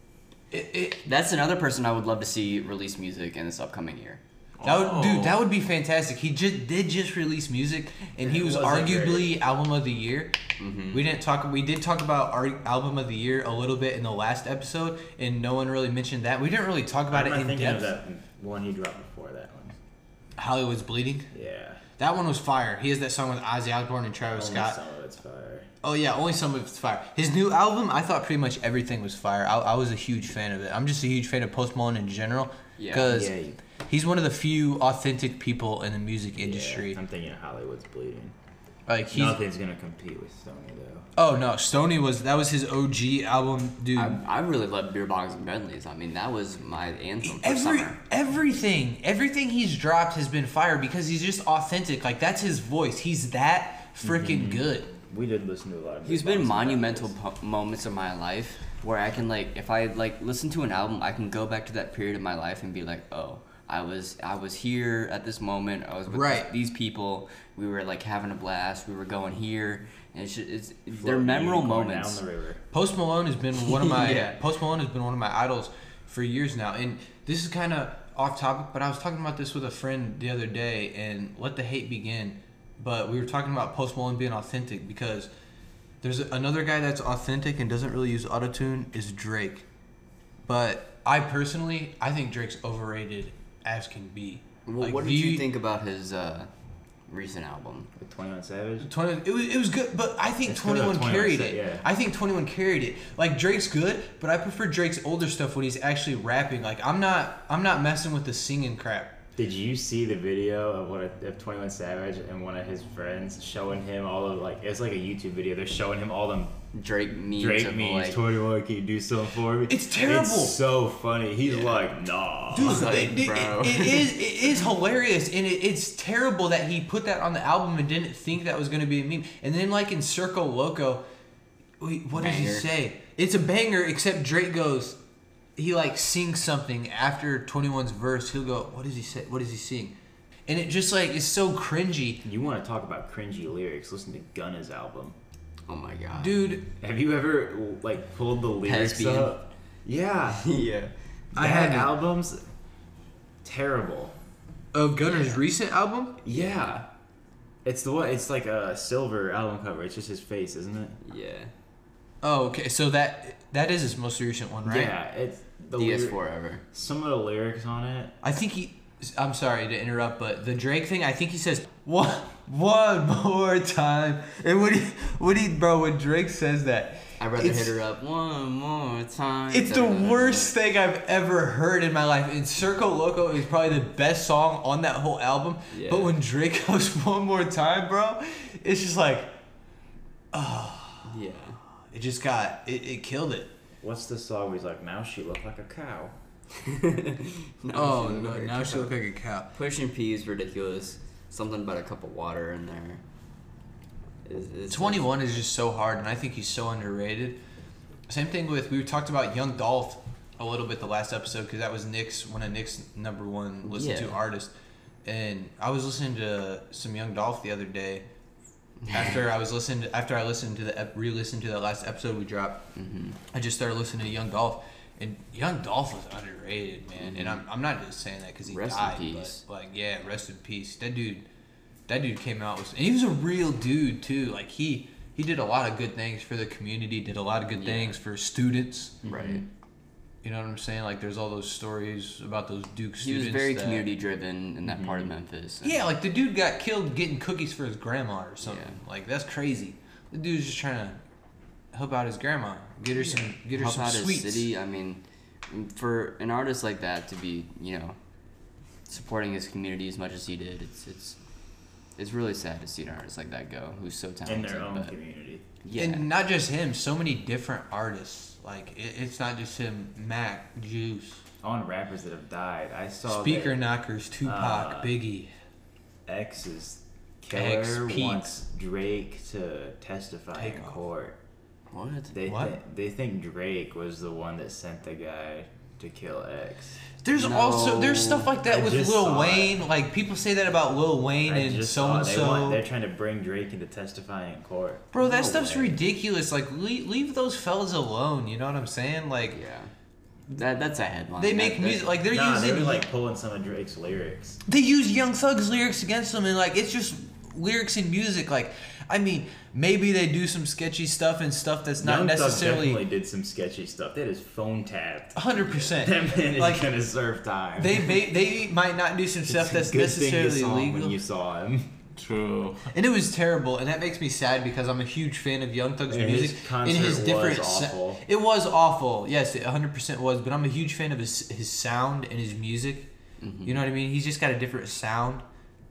E: it, it,
D: That's another person I would love to see release music in this upcoming year.
E: that would,
F: Oh.
E: dude, that would be fantastic. He just did just release music, and he
B: It
E: was
B: wasn't
E: arguably album of the year.
D: Mm-hmm.
E: We didn't talk. We did talk about our album of the year a little bit in the last episode, and no one really mentioned that. We didn't really talk about
B: I'm
E: it
B: not
E: in
B: thinking
E: depth.
B: of that one he dropped before that one.
E: Hollywood's bleeding.
B: Yeah.
E: That one was fire. He has that song with Ozzy Osbourne and Travis
B: Only
E: Oh, Scott.
B: some of it's fire.
E: Oh yeah, only some of it's fire. His new album, I thought pretty much everything was fire. I, I was a huge fan of it. I'm just a huge fan of Post Malone in general
D: Yeah.
E: because
B: Yeah.
E: he's one of the few authentic people in the music industry.
B: Yeah, I'm thinking Hollywood's bleeding.
E: Like he's
B: Nothing's gonna compete with Sony though.
E: oh no, Stony was that was his OG album, dude.
D: I, I really love beer bongs and Bentleys. I mean, that was my anthem for
E: Every
D: summer.
E: everything everything he's dropped has been fire because he's just authentic. Like that's his voice. He's that freaking
B: Mm-hmm.
E: good.
B: We did listen to a lot of.
D: There's
B: He's
D: been monumental po- moments in my life where I can like, if I like listen to an album, I can go back to that period of my life and be like, oh, I was I was here at this moment. I was with
E: Right.
D: these people. We were like having a blast. We were going here, and it's just, it's they're
B: Floating
D: memorable
B: unicorn
D: moments.
B: Down the river.
E: Post Malone has been one of my
D: Yeah.
E: Post Malone has been one of my idols for years now, and this is kind of off topic, but I was talking about this with a friend the other day, and let the hate begin. But we were talking about Post Malone being authentic because there's another guy that's authentic and doesn't really use autotune is Drake, but I personally I think Drake's overrated as can be.
D: Well,
E: Like,
D: what did
E: the-
D: you think about his uh, recent album?
B: With Twenty One Savage.
E: 20, it was it was good, but I think
B: It's good
E: Twenty
B: that
E: One
B: 21
E: carried
B: said,
E: it.
B: yeah.
E: I think Twenty One carried it. Like Drake's good, but I prefer Drake's older stuff when he's actually rapping. Like I'm not I'm not messing with the singing crap.
B: Did you see the video of what of Twenty One Savage and one of his friends showing him all of like it's like a YouTube video. They're showing him all them
D: Drake memes.
B: Drake
D: of,
B: memes.
D: like,
B: Twenty One, can you do something for me?
E: It's terrible.
B: It's so funny. He's like, nah.
E: Dude,
D: like,
E: it- it-
D: bro.
E: it is it is hilarious and it, it's terrible that he put that on the album and didn't think that was going to be a meme. And then like in Circo Loco, wait, what did he
D: Banger.
E: say? It's a banger except Drake goes he like sings something after 21's verse. He'll go, "What does he say? What does he sing?" And it just like is so cringy.
B: You want to talk about cringy lyrics? Listen to Gunna's album.
D: oh my god,
E: Dude,
B: Have you ever like pulled the lyrics
D: Lesbian.
B: up? Yeah,
D: yeah.
E: I
B: that
E: haven't.
B: albums terrible.
E: of Gunner's recent album?
B: Yeah. It's the one. It's like a silver album cover. It's just his face, isn't it?
D: Yeah.
E: Oh, okay. So that that is his most recent one, right?
B: Yeah. It's the
D: DS
B: lyric,
D: forever.
B: some of the lyrics on it.
E: I think he I'm sorry to interrupt, but the Drake thing, I think he says one one more time. And when he when he bro when Drake says that
D: I'd rather
E: it's-
D: hit her up one more time.
E: It's the worst thing I've ever heard in my life. And Circo Loco is probably the best song on that whole album.
D: Yeah.
E: But when Drake goes one more time, bro, it's just like
D: Yeah.
E: it just got it, it killed it.
B: What's the song? Where he's like, now she looked like a cow.
D: No,
E: Oh
D: she-
E: no, now she looks like a cow.
D: Push and P is ridiculous. Something about a cup of water in there. It's- it's-
E: 21 is just so hard, and I think he's so underrated. Same thing with we talked about Young Dolph a little bit the last episode because that was Nick's one of Nick's number one listen to
D: Yeah.
E: artists, and I was listening to some Young Dolph the other day. After I was listening, to, after I listened to the ep- re-listened to that last episode we dropped,
D: Mm-hmm.
E: I just started listening to Young Dolph, and Young Dolph was underrated, man. And I'm, I'm not just saying that because he
D: Mm-hmm. Rest in
E: died,
D: peace.
E: but like yeah, rest in peace. That dude, that dude came out with, and he was a real dude too. Like he he did a lot of good things for the community, did a lot of good things for students.
D: Right.
E: You know what I'm saying? Like there's all those stories about those Duke
D: He
E: students.
D: was very
E: that-
D: community driven in that part of Memphis.
E: Yeah, like the dude got killed getting cookies for his grandma or something.
D: Yeah.
E: Like that's crazy. The dude's just trying to help out his grandma. Get her some. Get her
D: help
E: some
D: out
E: sweets.
D: his city. I mean, for an artist like that to be, you know, supporting his community as much as he did, it's it's it's really sad to see an artist like that go, who's so
B: in
D: talented.
B: their own
D: but
B: community.
D: yeah,
E: And not just him. So many different artists. Like it, it's not just him. Mac, Juice,
B: On rappers that have died, I saw
E: Speaker
B: that
E: Knockers, Tupac,
B: uh,
E: Biggie.
B: X's killer
E: Peak.
B: wants Drake to testify
E: Take
B: in
E: off.
B: court.
D: what?
B: They
E: What?
B: thi- they think Drake was the one that sent the guy to kill X.
E: There's
D: No.
E: also there's stuff like that
B: I
E: with
B: just
E: Lil
B: saw it.
E: Wayne. Like people say that about Lil Wayne
B: I
E: and
B: just
E: so
B: saw
E: and
B: they want- They're
E: so.
B: trying to bring Drake into testifying in court.
E: Bro, that
B: No
E: stuff's
B: way.
E: ridiculous. Like leave, leave those fellas alone. You know what I'm saying? Like
D: yeah, that that's a headline.
E: they
D: That-
E: make
D: that-
E: music. Like they're
B: Nah, they
E: using
B: were like pulling some of Drake's lyrics.
E: they use Young Thug's lyrics against them, and like it's just lyrics and music. Like, I mean, maybe they do some sketchy stuff and stuff that's not
B: Young Thug definitely
E: necessarily
B: did some sketchy stuff. They had his phone tapped.
E: hundred percent.
B: That man is
E: Like
B: gonna serve time.
E: they may, they might not do some
B: It's
E: stuff
B: a
E: that's
B: good thing
E: necessarily
B: you saw him
E: illegal.
B: when you saw him.
F: True.
E: and it was terrible, and that makes me sad because I'm a huge fan of Young Thug's
B: And his
E: music.
B: concert
E: in his
B: was
E: different, sou-
B: awful.
E: it was awful. Yes, it 100 percent was. But I'm a huge fan of his his sound and his music.
B: Mm-hmm.
E: You know what I mean? He's just got a different sound.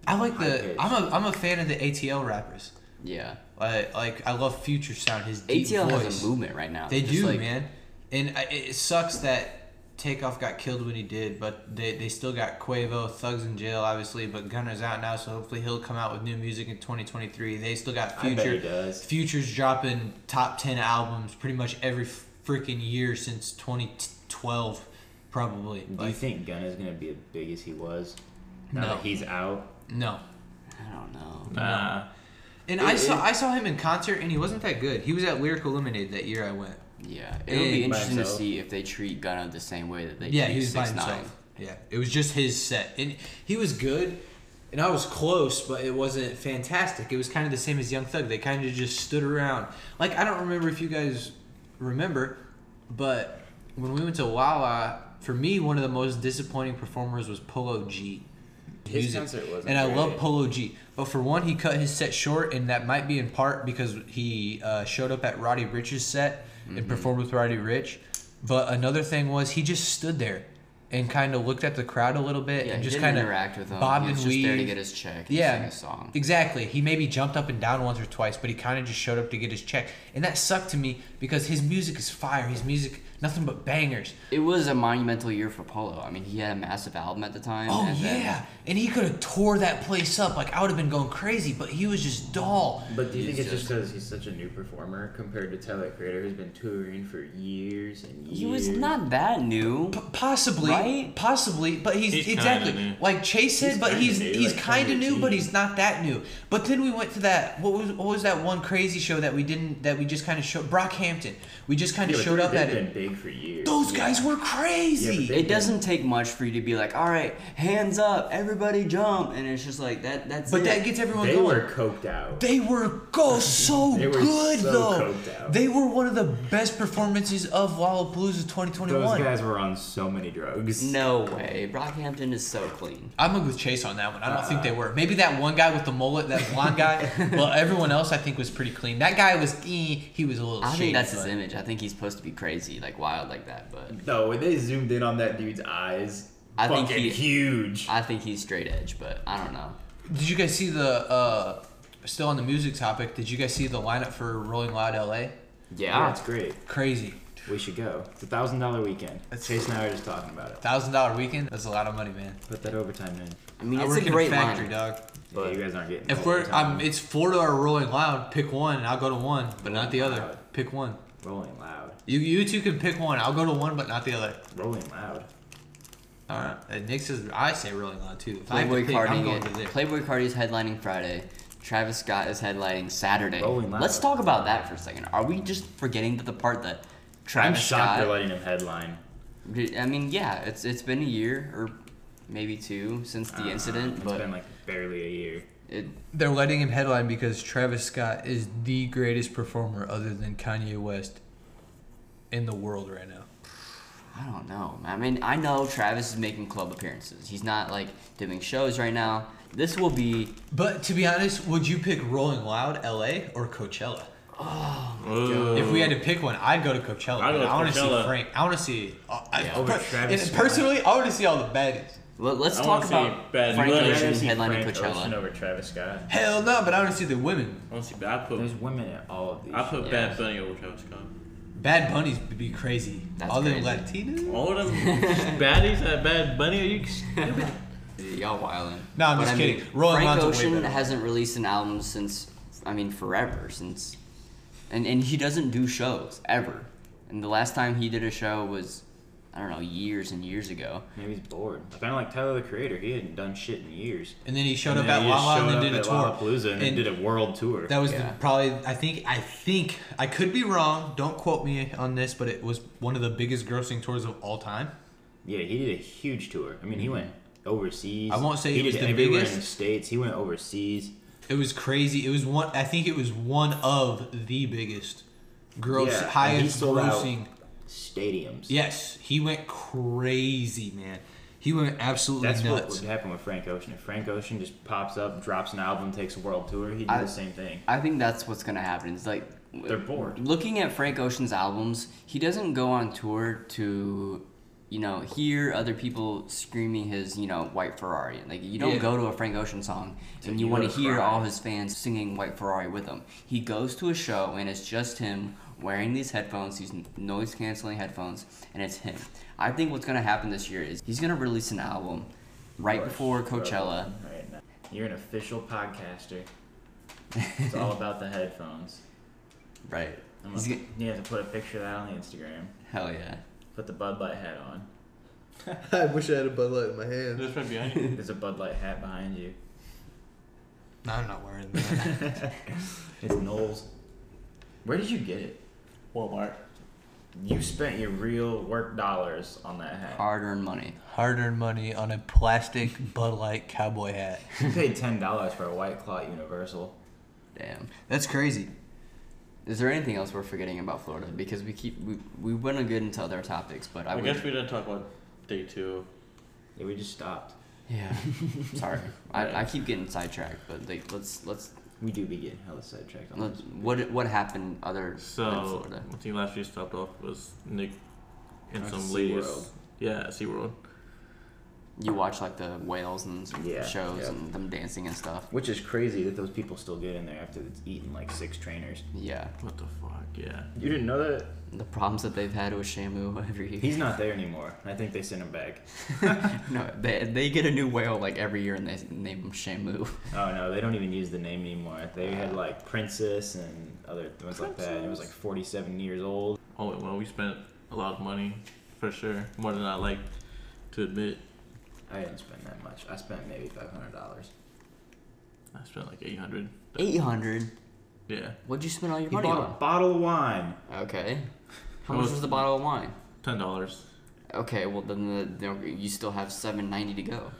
E: I like the.
B: High-pitched.
E: I'm a I'm a fan of the ATL rappers.
D: Yeah,
E: Like, like I love Future Sound. His deep
D: ATL
E: voice.
D: has a movement right now.
E: They
D: They're just,
E: do,
D: like,
E: man. And I, it it sucks that Takeoff got killed when he did, but they, they still got Quavo, Thugs in jail, obviously. But Gunner's out now, so hopefully he'll come out with new music in 2023. They still got
B: I
E: Future.
B: bet he does.
E: Future's dropping top 10 albums pretty much every freaking year since 2012, probably.
B: Do you
E: Like,
B: think Gunna's gonna be as big as he was?
E: No.
B: Now that he's out.
E: no.
D: I don't know.
F: Nah.
E: And I saw I saw him in concert, and he wasn't that good. He was at Lyrical Lemonade that year I went.
D: Yeah, it'll be
E: And-
B: By
D: interesting to
B: himself.
D: see if they treat Gunna the same way that they
E: Yeah,
D: treat
E: he was by
D: Six Nine.
E: himself. Yeah, it was just his set, and he was good, and I was close, but it wasn't fantastic. It was kind of the same as Young Thug. They kind of just stood around. Like I don't remember if you guys remember, but when we went to Wawa, for me, one of the most disappointing performers was Polo G.
B: His concert wasn't
E: and I love
B: great.
E: Polo G. But for one, he cut his set short, and that might be in part because he uh, showed up at Roddy Rich's set
D: Mm-hmm.
E: and performed with Roddy Rich. But another thing was he just stood there and kind of looked at the crowd a little bit
D: Yeah,
E: and
D: he
E: just
D: didn't
E: kind of
D: interact with them.
E: bobbed
D: he was
E: and
D: just there to
E: weaved.
D: get his check. And
E: yeah,
D: sing a song.
E: exactly. He maybe jumped up and down once or twice, but he kind of just showed up to get his check, and that sucked to me because his music is fire. His music, nothing but bangers.
D: It was a monumental year for Polo. I mean, he had a massive album at the time.
E: Oh
D: and then-
E: yeah, and he could have tore that place up. Like I would have been going crazy, but he was just dull.
B: But do you
D: He's
B: think it's just because he's such a new performer compared to Tyler Creator, who's been touring for years and years?
D: he was not that new.
E: P- possibly,
D: Right?
E: possibly, but he's,
F: He's kinda
E: exactly
F: new.
E: like Chase said.
B: He's
E: but
B: kinda
E: he's
B: new,
E: he's
B: like
E: kind of new, but
B: 2018.
E: he's not that new. But then we went to that what was what was that one crazy show that we didn't that we just kind of showed Brockhampton. We just kind
B: Yeah,
E: of
B: but
E: showed up
B: they've
E: at
B: been
E: it.
B: big for years.
E: Those
B: Yeah.
E: guys were crazy.
B: Yeah, but
D: It doesn't take much for you to be like, all right, hands up, everybody jump, and it's just like that. That's
E: But
D: it.
E: that gets everyone
B: They
E: going.
B: were coked out.
E: They were go so
B: They were
E: good
B: so
E: though.
B: coked out.
E: They were one of the best performances of Lollapalooza 2021.
B: Those guys were on so many drugs.
D: no way. Brockhampton is so clean.
E: I'm good with Chase on that one. I don't think they
D: Uh-uh.
E: were. Maybe that one guy with the mullet, that blonde guy. well, everyone else I think was pretty clean. That guy was, eh, he was a little.
D: I
E: shady,
D: think that's his
E: but-
D: image. I think he's supposed to be crazy, like wild, like that. But
B: No, when they zoomed in on that dude's eyes,
D: I think
B: fucking
D: he-
B: huge.
D: I think he's straight edge. But I don't know.
E: Did you guys see the? uh Still on the music topic. Did you guys see the lineup for Rolling Loud LA?
B: yeah,
D: Yeah,
B: it's great.
E: Crazy.
B: We should go. It's a thousand dollar weekend.
E: That's-
B: Chase and I were just talking about it.
E: Thousand dollar weekend. That's a lot of money, man.
B: Put that overtime in.
D: I mean,
E: I
D: it's
E: work
D: a
E: in
D: great
E: a factory,
D: line.
E: dog.
B: But you guys aren't getting.
E: If we're,
B: overtime.
E: um, it's four dollar Rolling Loud. Pick one, and I'll go to one, but not the other.
B: Loud.
E: Pick one.
B: rolling loud,
E: You, you two can pick one. I'll go to one, but not the other.
B: rolling loud.
E: All right. And Nick says I say Rolling Loud too. If I have to
D: Playboy
E: pick, I'm
D: Cardi.
E: going to this.
D: Playboy Cardi is headlining Friday. Travis Scott is headlining Saturday.
B: Rolling Loud.
D: Let's talk about that for a second. Are we just forgetting the part that
B: I'm
D: Travis
B: shocked they're
D: Scott?
B: letting him headline.
D: I mean, yeah, it's it's been a year or maybe two since
B: Uh,
D: the incident,
B: It's
D: but
B: been like barely a year.
D: it
E: They're letting him headline because Travis Scott is the greatest performer other than Kanye West in the world right now.
D: I don't know. I mean, I know Travis is making club appearances. He's not like doing shows right now. This will be
E: But to be honest, would you pick Rolling Loud LA or Coachella?
F: Ooh.
E: If we had to pick one, I'd go to Coachella.
F: I'd go
E: dude.
F: to
E: I want to see
F: Coachella.
E: Frank. I want to see. Uh, I,
G: over
E: per-
G: Travis
E: and
G: Scott.
E: personally, I want to see all the baddies.
D: Let, us
F: I
D: talk
F: wanna see
D: about
F: Ben
D: Frank
F: Lynch.
D: Ocean
B: I'd see
D: headlining
B: Frank
D: Coachella.
B: Ocean over Travis Scott.
E: Hell no, but I want to see the women.
F: I want to see. I put.
B: There's women at all of these.
F: I put
D: Yeah.
F: Bad Bunny over Travis Scott.
E: Bad bunnies would be crazy.
D: That's
E: all the
D: crazy.
E: Latinas.
F: All of them baddies at Bad Bunny. Are you? stupid?
H: Y'all wildin'.
E: No, I'm
H: But
E: just
H: I
E: kidding.
H: mean,
E: Rolling
D: Frank
E: Loud's way
D: Ocean
E: better.
D: hasn't released an album since I mean forever since, and and he doesn't do shows ever. And the last time he did a show was, I don't know, years and years ago.
B: Maybe he's bored. Kind of like Tyler the Creator. He hadn't done shit in years.
E: And then he showed up
B: then
E: at
B: he just
E: La La and
B: showed
E: then
B: up
E: did a
B: at
E: tour.
B: Lollapalooza and,
E: And
B: did a world tour.
E: That was
D: Yeah.
E: the, probably I think I think I could be wrong. Don't quote me on this, but it was one of the biggest grossing tours of all time.
B: yeah, he did a huge tour. I mean, he went overseas.
E: I won't say
B: he
E: it was
B: did
E: the
B: everywhere in
E: biggest.
B: the states. He went overseas.
E: It was crazy. It was one. I think it was one of the biggest, gross,
B: Yeah, and he
E: highest
B: sold out.
E: grossing.
B: Stadiums.
E: Yes, he went crazy, man. He went absolutely
B: That's what
E: nuts.
B: would happen with Frank Ocean. If Frank Ocean just pops up, drops an album, takes a world tour, he'd do
D: I-
B: the same thing.
D: I think that's what's gonna happen. It's like
B: They're bored.
D: Looking at Frank Ocean's albums, he doesn't go on tour to, you know, hear other people screaming his, you know, White Ferrari. Like you don't
E: Yeah.
D: go to a Frank Ocean song and you
B: you
D: want to
B: go
D: hear
B: cry.
D: all his fans singing White Ferrari with him. He goes to a show and it's just him wearing these headphones, these noise canceling headphones, and it's him. I think what's gonna happen this year is he's gonna release an album right before Coachella.
B: Right now. You're an official podcaster. It's all about the headphones.
D: Right.
B: I'm
D: He's
B: gonna-
D: g-
B: you have to put a picture of that on the Instagram.
D: Hell yeah.
B: Put the Bud Light hat on.
G: I wish I had a Bud Light in my hand.
F: This right behind you.
B: There's a Bud Light hat behind you.
E: No, I'm not wearing that.
B: It's Knowles. Where did you get it?
F: Walmart.
B: You spent your real work dollars on that hat.
D: Hard earned money.
E: Hard-earned money on a plastic Bud Light cowboy hat.
B: You paid ten dollars for a White Claw at Universal.
D: Damn.
G: That's crazy.
D: Is there anything else we're forgetting about Florida? Because we keep we, we went on good into other topics, but I,
F: I
D: would,
F: guess we didn't talk about day two.
B: Yeah, we just stopped.
D: yeah. Sorry, I, I keep getting sidetracked. But like, let's let's
B: We do be getting hella sidetracked on
D: let's
B: this.
D: what what happened other than
F: So
D: Florida?
F: the team last year stopped off was Nick and
B: Uh,
F: some
B: SeaWorld.
F: ladies. Yeah, SeaWorld.
D: You watch like the whales and some
B: Yeah,
D: shows
B: yeah.
D: and them dancing and stuff.
B: Which is crazy that those people still get in there after it's eaten like six trainers.
D: Yeah,
F: What the fuck? Yeah.
B: You didn't know that?
D: the problems that they've had with Shamu every year.
B: He's not there anymore. I think they sent him back.
D: no, they they get a new whale like every year and they name him Shamu.
B: Oh no, they don't even use the name anymore. They had like Princess and other ones like that. It was like 47 years old.
F: Oh well, we spent a lot of money for sure, more than I like to admit.
B: I didn't spend that much. I spent maybe $500.
F: I spent like eight hundred.
D: Eight hundred.
F: Yeah,
D: What'd you spend all your
B: He
D: money
B: bought
D: on?
B: a bottle of wine.
D: Okay. How
F: I
D: much
F: was-
D: was the bottle of wine?
F: ten dollars.
D: Okay, well then the, the, you still have seven ninety to go.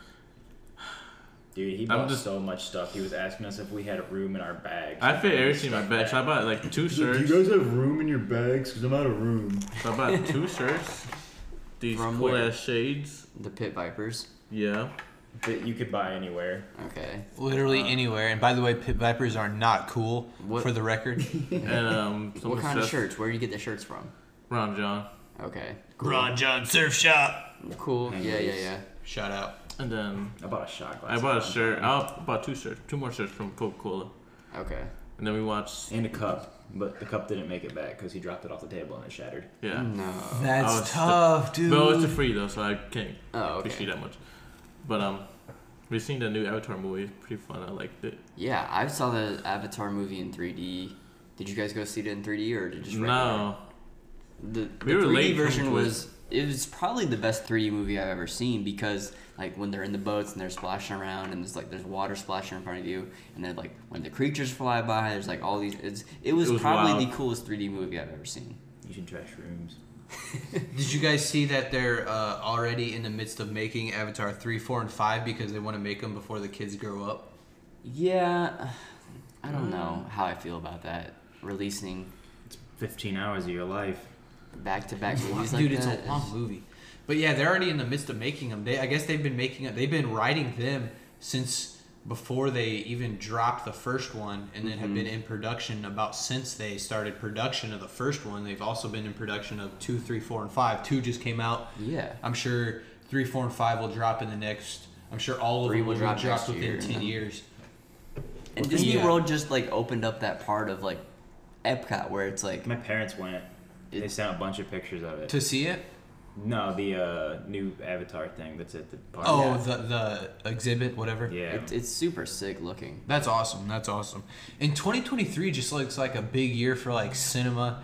B: Dude, he bought
F: just-
B: so much stuff. He was asking us if we had room in our bags.
F: I fit everything in my bag. So I bought like two shirts.
B: have room in your bags? Cause I'm out of room.
F: So I bought two shirts. These
D: From
F: cool
D: where?
F: ass shades.
D: The Pit Vipers.
F: Yeah.
B: That you could buy anywhere.
D: Okay.
E: Literally
G: Uh,
E: anywhere. And by the way, pit vipers are not cool.
D: What-
E: For the record,
F: And um, some
D: what kind of
F: stuff-
D: shirts? Where do you get the shirts from?
F: Ron John.
D: Okay.
E: Ron John Surf Shop.
D: Cool. Yeah, yeah,
B: Nice.
D: yeah.
E: Shout out.
F: And then
B: I bought a shot glass.
F: I bought a shirt. I bought two shirts, two more shirts from Coca Cola.
D: Okay.
F: And then we watched.
B: and a cup, but the cup didn't make it back because he dropped it off the table and it shattered.
F: Yeah.
D: No.
F: I
E: That's
F: was
E: tough, dude.
F: But it was free though, so I can't
D: Oh,
F: appreciate
D: okay.
F: that much. But um, we've seen the new Avatar movie. It's pretty fun. I liked it.
D: Yeah, I saw the Avatar movie in 3D. Did you guys go see it in 3D or did you just regular?
F: No,
D: The, the
F: We were
D: 3D
F: late coming
D: version
F: to it.
D: was it was probably the best 3D movie I've ever seen because like when they're in the boats and they're splashing around and there's like there's water splashing in front of you and then like when the creatures fly by there's like all these it's it was,
F: It was
D: probably
F: wild.
D: the coolest 3D movie I've ever seen.
B: You should trash rooms.
G: Did you guys see that they're uh, already in the midst of making Avatar 3, 4, and 5 because they want to make them before the kids grow up?
D: Yeah, I
F: Mm.
D: don't know how I feel about that releasing
B: 15 hours of your life.
D: back to back movies like
G: Dude, it's
D: that.
G: a long movie. But yeah, they're already in the midst of making them. They, I guess they've been making it. They've been writing them since
E: before they even dropped the first one and then have been in production about since they started production of the first one. They've also been in production of two, three, four, and five. Two just came out.
D: Yeah.
E: I'm sure three, four, and five will drop in the next. I'm sure all of
D: Three
E: them
D: will
E: will
D: drop
E: drop dropped
D: next
E: within
D: year.
E: ten years.
D: And Disney
E: yeah.
D: World just like opened up that part of like Epcot where it's like
B: My parents went. They
D: It-
B: sent a bunch of pictures of it.
E: To see it,
B: no, the uh, new Avatar thing that's at the park.
E: oh, the the exhibit, whatever.
B: yeah.
D: it's, it's super sick looking.
E: That's awesome. That's awesome. And 2023 just looks like a big year for like cinema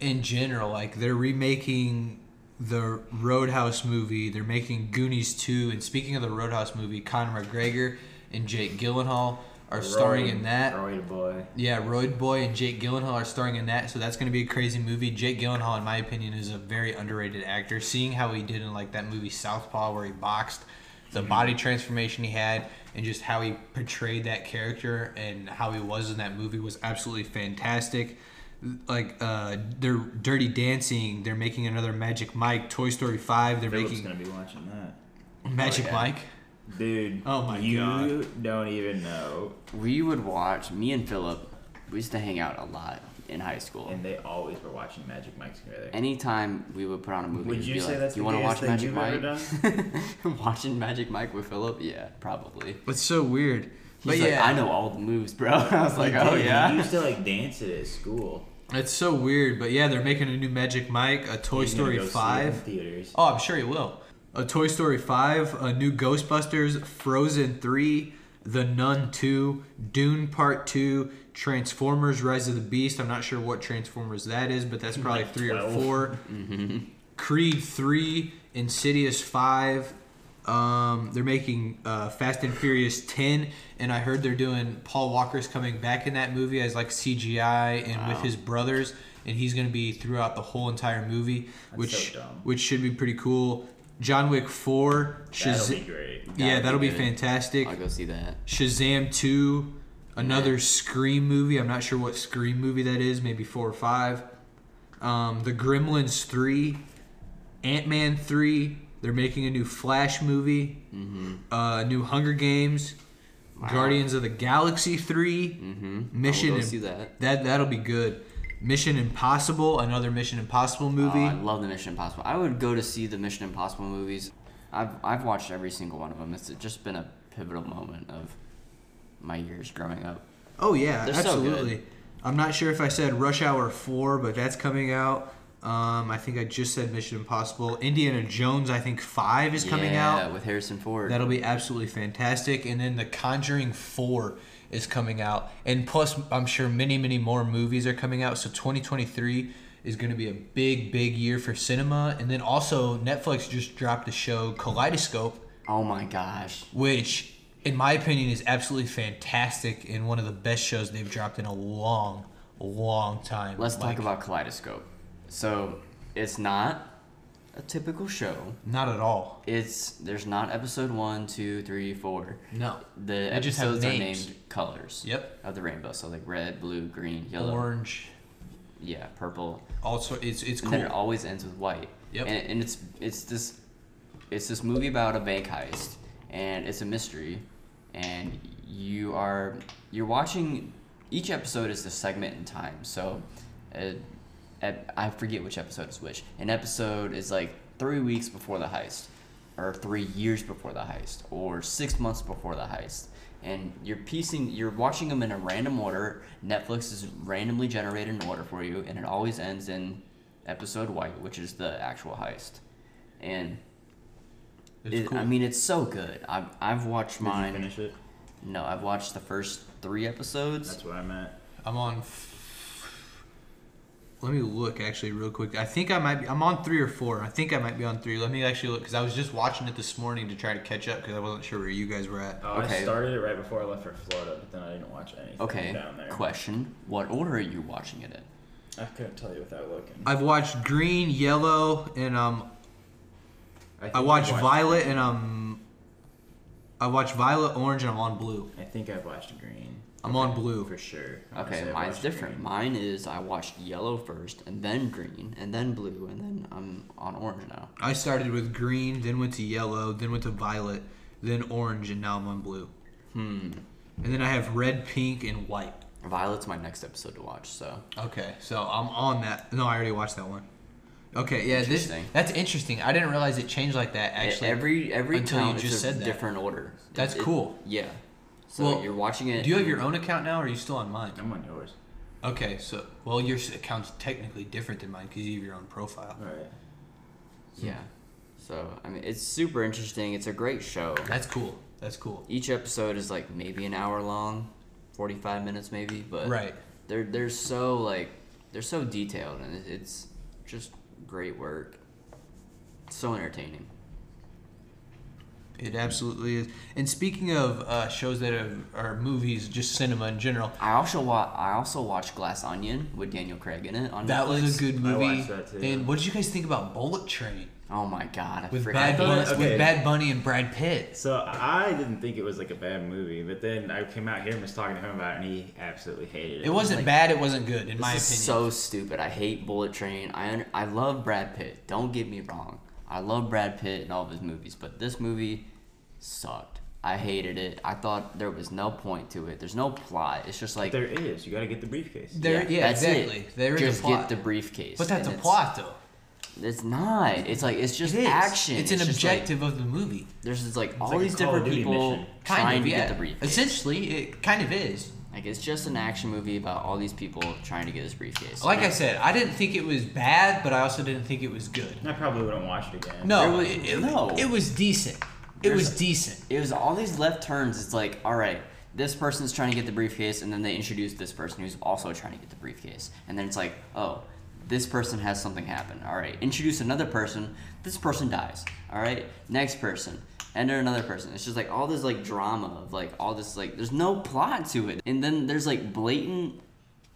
E: in general. Like they're remaking the Roadhouse movie. They're making Goonies 2. And speaking of the Roadhouse movie, Conor McGregor and Jake Gyllenhaal are starring in
B: Roy-
E: that.
B: Roy boy.
E: Yeah, Roid Boy and Jake Gyllenhaal are starring in that, so that's going to be a crazy movie. Jake Gyllenhaal, in my opinion, is a very underrated actor. Seeing how he did in like that movie Southpaw, where he boxed, the
B: Mm-hmm.
E: body transformation he had, and just how he portrayed that character and how he was in that movie was absolutely fantastic. Like uh, they're Dirty Dancing, they're making another Magic Mike, Toy Story Five, they're
B: Philip's
E: making
B: gonna be watching that.
E: Magic
D: yeah.
E: Mike.
B: Dude.
E: Oh my
B: you don't even know.
D: We would watch me and Philip. We used to hang out a lot in high school.
B: And they always were watching Magic Mike together.
D: Anytime we would put on a movie,
B: Would
D: it'd
B: you
D: be
B: say
D: like,
B: that's
D: you
B: the
D: want to watch
B: gayest
D: Magic
B: thing
D: Mike?
B: you've
D: Watching Magic Mike with Philip? Yeah, probably. He's
E: It's so weird, but
D: like,
E: yeah,
D: I know all the moves, bro. I was like, oh
B: Dude,
D: yeah.
B: You used to like dance it at school.
E: It's so weird, but yeah, they're making a new Magic Mike, a Toy
B: You're gonna
E: Story
B: go see it in
E: 5.
B: theaters.
E: Oh, I'm sure he will. A Toy Story 5, a new Ghostbusters, Frozen 3, The Nun 2, Dune Part 2, Transformers Rise of the Beast. I'm not sure what Transformers that is, but that's probably 3 or
B: 12.
E: 4.
B: Mm-hmm.
E: Creed 3, Insidious 5. Um, they're making uh, Fast and Furious 10, and I heard they're doing Paul Walker's coming back in that movie as like CGI and with his brothers, and he's going to be throughout the whole entire movie, which
B: so dumb.
E: which should be pretty cool. John Wick 4,
B: That'll
E: Shaz-
B: be great.
E: yeah,
D: That'd
E: that'll
D: be
E: be
D: good.
E: fantastic.
D: I'll go see that.
E: Shazam 2, another Scream movie. I'm not sure what Scream movie that is, maybe 4 or 5. Um, the Gremlins 3, Ant Man 3. They're making a new Flash movie,
D: Mm-hmm.
E: uh, new Hunger Games, Guardians of the Galaxy 3, Mission
D: Mm-hmm. go
E: Im-
D: see that.
E: that. will be good. Mission Impossible, another Mission Impossible movie.
D: Oh, I love the Mission Impossible. I would go to see the Mission Impossible movies. I've I've watched every single one of them. It's just been a pivotal moment of my years growing up.
E: Oh yeah,
D: They're so
E: absolutely.
D: good.
E: I'm not sure if I said Rush Hour Four, but that's coming out. Um, I think I just said Mission Impossible. Indiana Jones, I think Five is coming
D: yeah,
E: out.
D: with Harrison Ford.
E: That'll be absolutely fantastic. And then The Conjuring Four is coming out, and plus I'm sure many, many more movies are coming out. So 2023 is going to be a big, big year for cinema. And then also Netflix just dropped a show Kaleidoscope,
D: oh my gosh.
E: which in my opinion is absolutely fantastic and one of the best shows they've dropped in a long long time
D: Let's
E: Like,
D: talk about Kaleidoscope. So it's not a typical show.
E: not at all
D: It's there's not episode one, two, three, four.
E: no
D: The
E: They just have
D: episodes are
E: names.
D: named colors.
E: Yep.
D: Of the rainbow. So like red, blue, green, yellow.
E: orange
D: Yeah, purple.
E: also it's it's
D: and
E: cool
D: then it always ends with white.
E: Yep.
D: And, and it's it's this it's this movie about a bank heist, and it's a mystery, and you are you're watching each episode is a segment in time. So, uh, ep- I forget which episode is which. An episode is like three weeks before the heist, or three years before the heist, or six months before the heist. And you're piecing, you're watching them in a random order. Netflix is randomly generated an order for you, and it always ends in episode white, which is the actual heist. And
E: It's
D: it-
E: cool.
D: I mean, it's so good. I've I've watched
B: Did you
D: mine.
B: finish it?
D: No, I've watched the first three episodes.
B: That's what I meant.
E: i'm on f- let me look actually real quick i think i might be i'm on three or four i think i might be on three let me actually look because i was just watching it this morning to try to catch up because i wasn't sure where you guys were at
B: Oh,
D: Okay.
B: I started it right before I left for Florida, but then I didn't watch anything
D: Okay.
B: down there.
D: Question: What order are you watching it in?
B: I couldn't tell you without looking.
E: i've watched green yellow and um
B: think
E: i
B: I've
E: watched violet and um i watched violet orange and i'm on blue
B: I think I've watched green.
E: I'm on blue.
B: For sure. I'm gonna say
D: Okay,
B: I've
D: mine's
B: watched
D: different.
B: green.
D: Mine is I watched yellow first, and then green, and then blue, and then I'm on orange now.
E: I started with green, then went to yellow, then went to violet, then orange, and now I'm on blue.
D: Hmm.
E: And then I have red, pink, and white.
D: Violet's my next episode to watch, so
E: Okay, so I'm on that. No, I already watched that one. Okay, yeah, this
D: Interesting. E-,
E: that's interesting. I didn't realize it changed like that. Actually,
D: every every
E: until
D: count
E: you
D: it's
E: just
D: a
E: said that.
D: different order.
E: That's
D: It- it-
E: cool.
D: Yeah. So
E: Well,
D: you're watching it.
E: Do you have
D: and-
E: your own account now, or are you still on mine?
B: I'm on yours.
E: Okay, so well, your s- account's technically different than mine because you have your own profile.
B: All right.
D: Yeah. So I mean, it's super interesting. It's a great show.
E: That's cool. That's cool.
D: Each episode is like maybe an hour long, forty five minutes maybe, but
E: Right.
D: They're they're so like they're so detailed and it- it's just great work. So entertaining.
E: It absolutely is. And speaking of uh, shows that have, are movies, just cinema in general,
D: I also wa- I also watched Glass Onion with Daniel Craig in it on
E: that
D: Netflix.
E: was a good movie.
B: watched that too.
E: And what did you guys think about Bullet Train
D: Oh my god! I
E: with
D: forgot.
E: Bad
B: thought it-
E: Bunny,
B: okay.
E: with Bad Bunny and Brad Pitt?
B: So I didn't think it was like a bad movie, but then I came out here and was talking to him about it, and he absolutely hated it.
E: It wasn't
D: Like-
E: bad. It wasn't good, in
D: This
E: my opinion.
D: is so stupid. I hate Bullet Train. I un- I love Brad Pitt. Don't get me wrong. I love Brad Pitt and all of his movies, but this movie sucked. I hated it. I thought there was no point to it. There's no plot. It's just like
B: There is. You got to get the briefcase.
E: there, yeah,
D: that's
E: exactly.
D: It.
E: There is
D: just
E: a plot.
D: get the briefcase.
E: but that's a
D: and it's-
E: plot, though.
D: It's not. It's like it's just
E: It is.
D: action.
E: It's an
D: just, like,
E: objective of the movie.
D: there's just like all
B: like a
D: these
B: Call of
D: different
B: Duty
D: people
B: mission.
E: Kind
D: trying
E: of,
D: to
E: yeah.
D: get the briefcase.
E: Essentially, it kind of is.
D: Like it's just an action movie about all these people trying to get this briefcase.
E: Like I said, I didn't think it was bad, but I also didn't think it was good.
B: I probably wouldn't watch it again.
E: No,
D: There was-
E: it, it-
D: no.
E: it was decent. It
D: There's-
E: was decent.
D: it was all these left turns. It's like, all right, this person's trying to get the briefcase, and then they introduce this person who's also trying to get the briefcase, and then it's like, oh, this person has something happen. All right, introduce another person. This person dies. All right, next person, and then another person. It's just like all this like drama of like all this like there's no plot to it, and then there's like blatant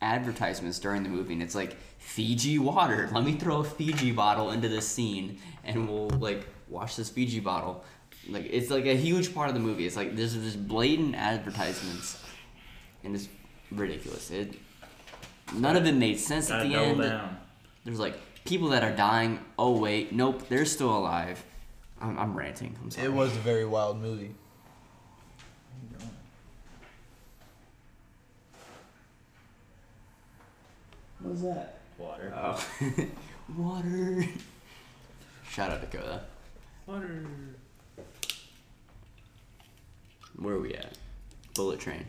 D: advertisements during the movie and it's like Fiji water. Let me throw a Fiji bottle into this scene and we'll like wash this Fiji bottle. Like it's like a huge part of the movie. It's like there's just blatant advertisements and it's ridiculous. It none of it made sense at
B: Gotta
D: the
B: double
D: end.
B: down.
D: There's like people that are dying. Oh wait, nope, they're still alive. I'm, I'm ranting. I'm sorry.
E: It was a very wild movie.
B: Water.
D: Oh. water. Shout out Dakota.
F: Water.
D: Where are we at? Bullet Train.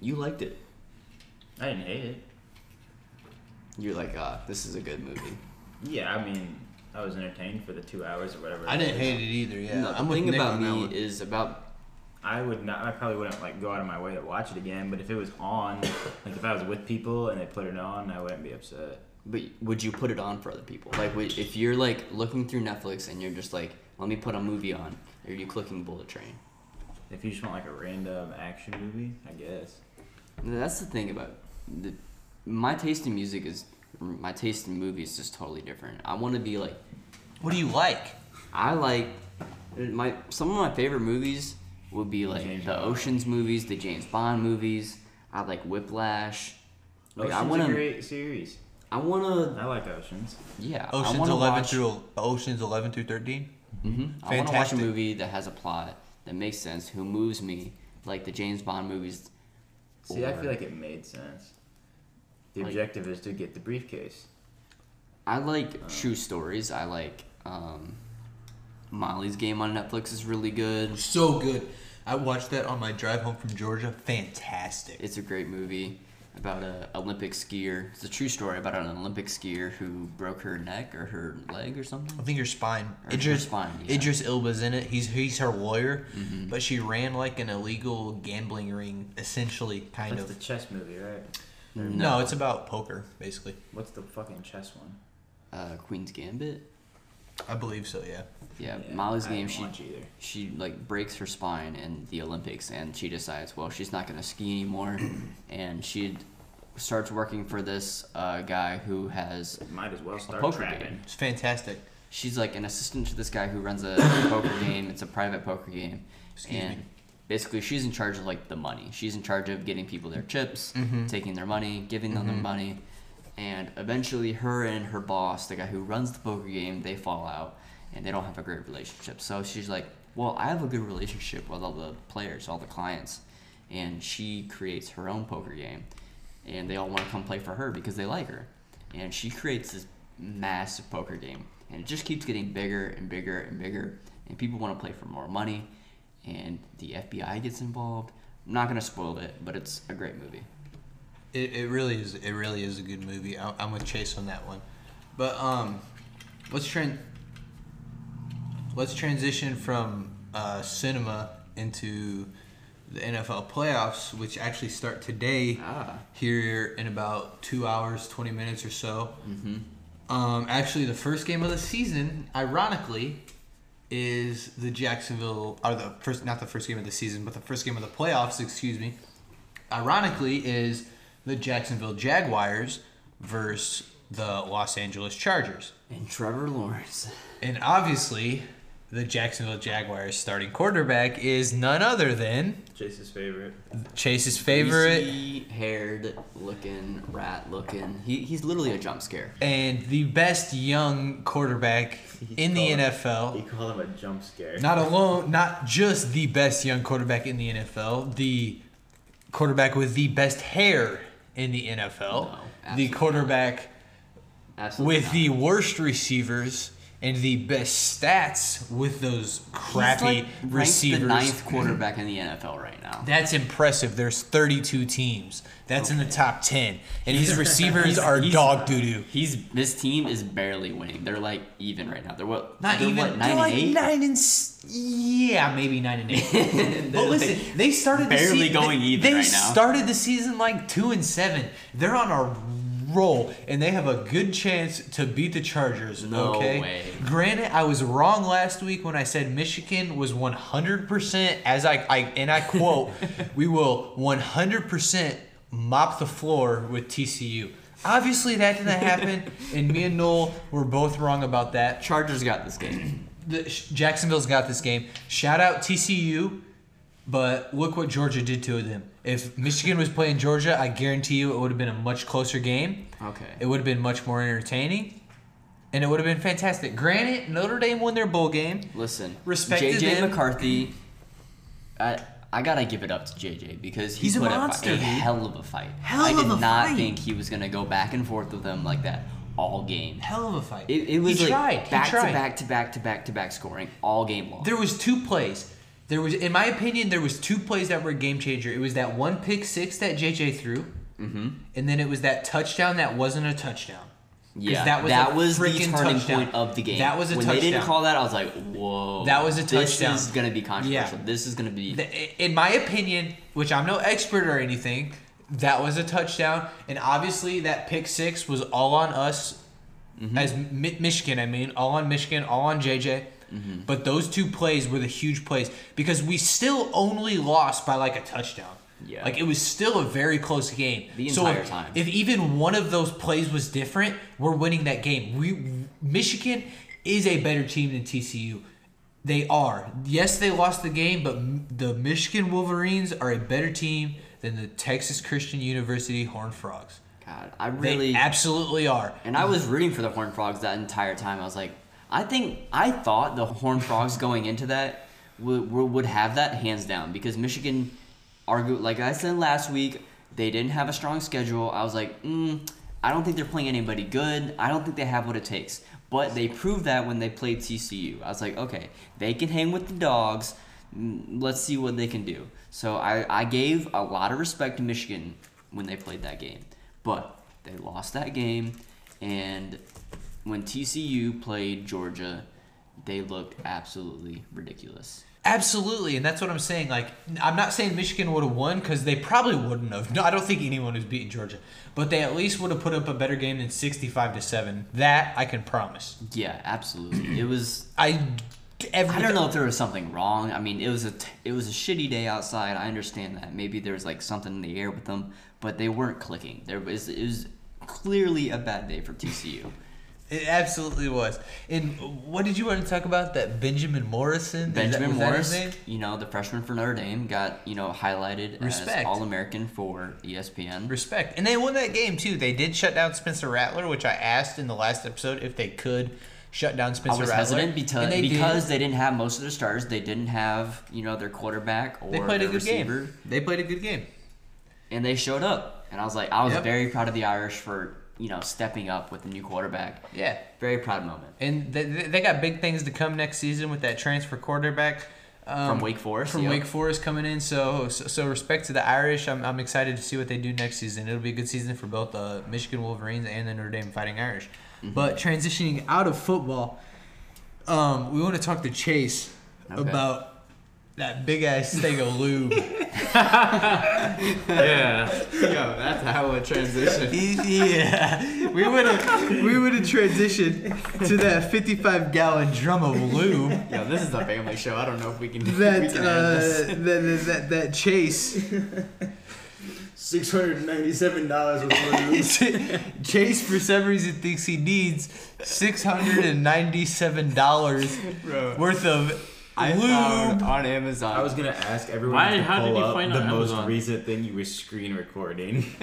D: You liked it.
B: I didn't hate it.
D: You're like, ah, this is a good movie.
B: Yeah, I mean, I was entertained for the two hours or whatever.
E: I didn't hate it either. Yeah,
D: no, the
E: I'm with
D: thing
E: Nick
D: about
E: on that
D: me
E: one.
D: is about
B: I would not. I probably wouldn't like go out of my way to watch it again. But if it was on, like if I was with people and they put it on, I wouldn't be upset.
D: but would you put it on for other people? Like, would, if you're like looking through Netflix and you're just like, let me put a movie on, are you clicking Bullet Train?
B: If you just want like a random action movie, I guess.
D: That's the thing about the, my taste in music is my taste in movies is just totally different. I want to be like
E: What do you like?
D: I like my some of my favorite movies would be like
B: James
D: the
B: Bond.
D: Ocean's movies, the James Bond movies. I like Whiplash. Like,
B: Ocean's
D: I
B: Oh, a
D: want to.
B: great series.
D: I want to.
B: I like Oceans.
D: Yeah. I
E: Oceans
D: wanna
E: 11
D: watch,
E: through Oceans 11 through 13.
D: I want to watch a
E: Fantastic.
D: movie that has a plot that makes sense, who moves me, like the James Bond movies.
B: See, I
D: Or-
B: feel like it made sense. The
D: Like-
B: objective is to get the briefcase.
D: I
B: Uh.
D: like true stories. I like um, Molly's Game on Netflix is really good.
E: So good. I watched that on my drive home from Georgia. Fantastic.
D: It's a great movie about a Olympic skier. It's a true story about an Olympic skier who broke her neck or her leg or something.
E: I think her spine. Mm-hmm.
D: Or her
E: Idris,
D: spine, yeah.
E: Idris Elba's in it. He's he's her lawyer, but she ran like an illegal gambling ring, essentially, kind
B: That's
E: of.
B: the chess movie, right?
E: no, it's about poker, basically.
B: What's the fucking chess one? Oh.
D: Uh, Queen's Gambit.
E: I believe so. Yeah.
D: Yeah,
B: Yeah,
D: Molly's
B: I
D: game.
B: didn't
D: She
B: watch either.
D: she like breaks her spine in the Olympics, and she decides, well, she's not gonna ski anymore, and she starts working for this uh, guy who has.
B: Might as well start
D: poker
B: trapping.
D: game.
E: It's fantastic.
D: She's like an assistant to this guy who runs a poker game. It's a private poker game,
E: Excuse
D: and
E: me.
D: basically she's in charge of like the money. She's in charge of getting people their chips, taking their money, giving them their money, and eventually her and her boss, the guy who runs the poker game, they fall out, and they don't have a great relationship. So she's like well, I have a good relationship with all the players, all the clients, and she creates her own poker game, and they all want to come play for her because they like her, and she creates this massive poker game, and it just keeps getting bigger and bigger and bigger, and people want to play for more money, and the FBI gets involved. I'm not gonna spoil it, but it's a great movie.
E: It, it really is. It really is a good movie. I, I'm with Chase on that one.
G: But um,
E: Let's tran- Let's transition from uh, cinema into the NFL playoffs, which actually start today
D: Ah.
E: here in about two hours, twenty minutes or so. Um, actually, the first game of the season, ironically, is the Jacksonville, or the first, not the first game of the season, but the first game of the playoffs. Excuse me. Ironically, is the Jacksonville Jaguars versus the Los Angeles Chargers.
D: And Trevor Lawrence.
E: And obviously, the Jacksonville Jaguars starting quarterback is none other than
B: Chase's favorite.
E: Chase's favorite
D: haired looking rat looking. He, he's literally a jump scare.
E: and the best young quarterback in the
B: called- He
E: NFL.
B: called him a jump scare.
E: Not alone, not just the best young quarterback in the NFL, the quarterback with the best hair in the NFL,
D: No,
E: the
D: absolutely
E: quarterback
D: Absolutely.
E: with
D: not.
E: the worst receivers and the best stats with those
D: He's,
E: crappy
D: like, ranked
E: receivers.
D: The ninth quarterback in the NFL right now.
E: That's impressive. There's 32 teams. That's in the top 10. And his receivers
D: He's-
E: are
D: he's-
E: dog doo doo.
D: He's this team is barely winning. They're like even right now. They're what?
E: Not
D: they're
E: even
D: what,
E: they're
D: nine
E: like
D: and eight.
E: nine and s- yeah, maybe nine and eight.
D: They're
E: but
D: like-
E: listen, they started the
D: barely
E: season,
D: going
E: they,
D: even
E: They
D: right now.
E: started the season like two and seven. They're on a roll, and they have a good chance to beat the Chargers.
D: No
E: okay?
D: way.
E: Granted, I was wrong last week when I said Michigan was 100% as I, I and I quote, we will 100% mop the floor with TCU. Obviously, that didn't happen, and me and Noel were both wrong about that.
D: Chargers got this game.
E: The, Jacksonville's got this game. Shout out TCU, but look what Georgia did to them. If Michigan was playing Georgia, I guarantee you it would have been a much closer game.
D: Okay.
E: It would have been much more entertaining, and it would have been fantastic. Granted, Notre Dame won their bowl game.
D: Listen,
E: Respect to
D: JJ
E: them.
D: McCarthy. I I gotta give it up to JJ because he
E: He's a
D: put up
E: monster,
D: a
E: dude.
D: hell of a fight.
E: Hell
D: I did
E: of a
D: not
E: fight.
D: think he was gonna go back and forth with them like that all game.
E: Hell of a fight.
D: It, it was
E: he
D: like
E: tried.
D: back
E: he tried.
D: to back to back to back to back scoring all game long.
E: There was two plays. There was, in my opinion, there was two plays that were a game changer. It was that one pick six that JJ threw, mm-hmm. and then it was that touchdown that wasn't a touchdown. 'Cause
D: yeah,
E: that was a
D: the
E: freaking
D: turning
E: touchdown.
D: point of the game.
E: That was a
D: when
E: touchdown.
D: they didn't call that, I was like, whoa.
E: That was a touchdown.
D: This is gonna be controversial.
E: Yeah.
D: This is gonna be.
E: Th- in my opinion, which I'm no expert or anything, that was a touchdown, and obviously that pick six was all on us, as Mi- Michigan. I mean, all on Michigan, all on JJ. But those two plays were the huge plays because we still only lost by like a touchdown.
D: Yeah.
E: Like it was still a very close game.
D: The
E: So
D: entire
E: if-
D: time.
E: If even one of those plays was different, we're winning that game. We Michigan is a better team than TCU. They are. Yes, they lost the game, but M- the Michigan Wolverines are a better team than the Texas Christian University Horned Frogs.
D: God, I
E: They
D: really.
E: absolutely are.
D: And I was rooting for the Horned Frogs that entire time. I was like, I think I thought the Horned Frogs going into that would would have that hands down because Michigan, argu- like I said last week, they didn't have a strong schedule. I was like, mm, I don't think they're playing anybody good. I don't think they have what it takes. But they proved that when they played TCU. I was like, okay, they can hang with the dogs. Mm, Let's see what they can do. So I, I gave a lot of respect to Michigan when they played that game. But they lost that game, and when TCU played Georgia, they looked absolutely ridiculous.
E: Absolutely, and that's what I'm saying. Like, I'm not saying Michigan would have won because they probably wouldn't have. No, I don't think anyone who's beaten Georgia, but they at least would have put up a better game than 65 to seven. That I can promise.
D: Yeah, absolutely. It was.
E: I, every,
D: I don't know if there was something wrong. I mean, it was a t- it was a shitty day outside. I understand that. Maybe there was like something in the air with them, but they weren't clicking. There was it was clearly a bad day for TCU.
E: It absolutely was. And what did you want to talk about? That Benjamin Morrison. Is that-
D: Benjamin
E: was that his
D: Morris,
E: name?
D: you know, the freshman for Notre Dame, got you know highlighted as
E: Respect.
D: All American for E ESPN.
E: Respect. And they won that game too. They did shut down Spencer Rattler, which I asked in the last episode if they could. shut down
D: I
E: Spencer
D: was
E: Rattler,
D: hesitant
E: and
D: because
E: they did.
D: because they didn't have most of their stars. They didn't have you know their quarterback or
E: they played a
D: their
E: good
D: receiver,
E: game. They played a good game.
D: and they showed up. And I was like, I was
E: Yep.
D: very proud of the Irish for you know stepping up with a new quarterback.
E: Yeah,
D: Very proud moment.
E: and they, they they got big things to come next season with that transfer quarterback um,
D: From Wake Forest,
E: From
D: yeah.
E: Wake Forest coming in, so, so so respect to the Irish. I'm, I'm excited to see what they do next season. It'll be a good season for both the Michigan Wolverines and the Notre Dame Fighting Irish. But transitioning out of football, um, we want to talk to Chase
D: Okay.
E: about that big ass thing of lube.
F: Yeah.
G: Yo, that's how it transitioned.
E: yeah, we would have we would have transitioned to that 55 gallon drum of lube.
G: Yo, this is a family show. I don't know if we can. we
E: that
G: can
E: uh, that, that that that chase
I: Six hundred ninety-seven dollars was
E: chase for some reason thinks he needs six hundred and ninety seven dollars
G: Bro.
E: worth of
G: I found
E: lube.
G: on Amazon.
B: I was gonna ask everyone
F: Why-
B: to
F: how did
B: pull
F: you
B: up
F: find
B: the
F: on
B: most
F: Amazon?
B: recent thing you were screen recording.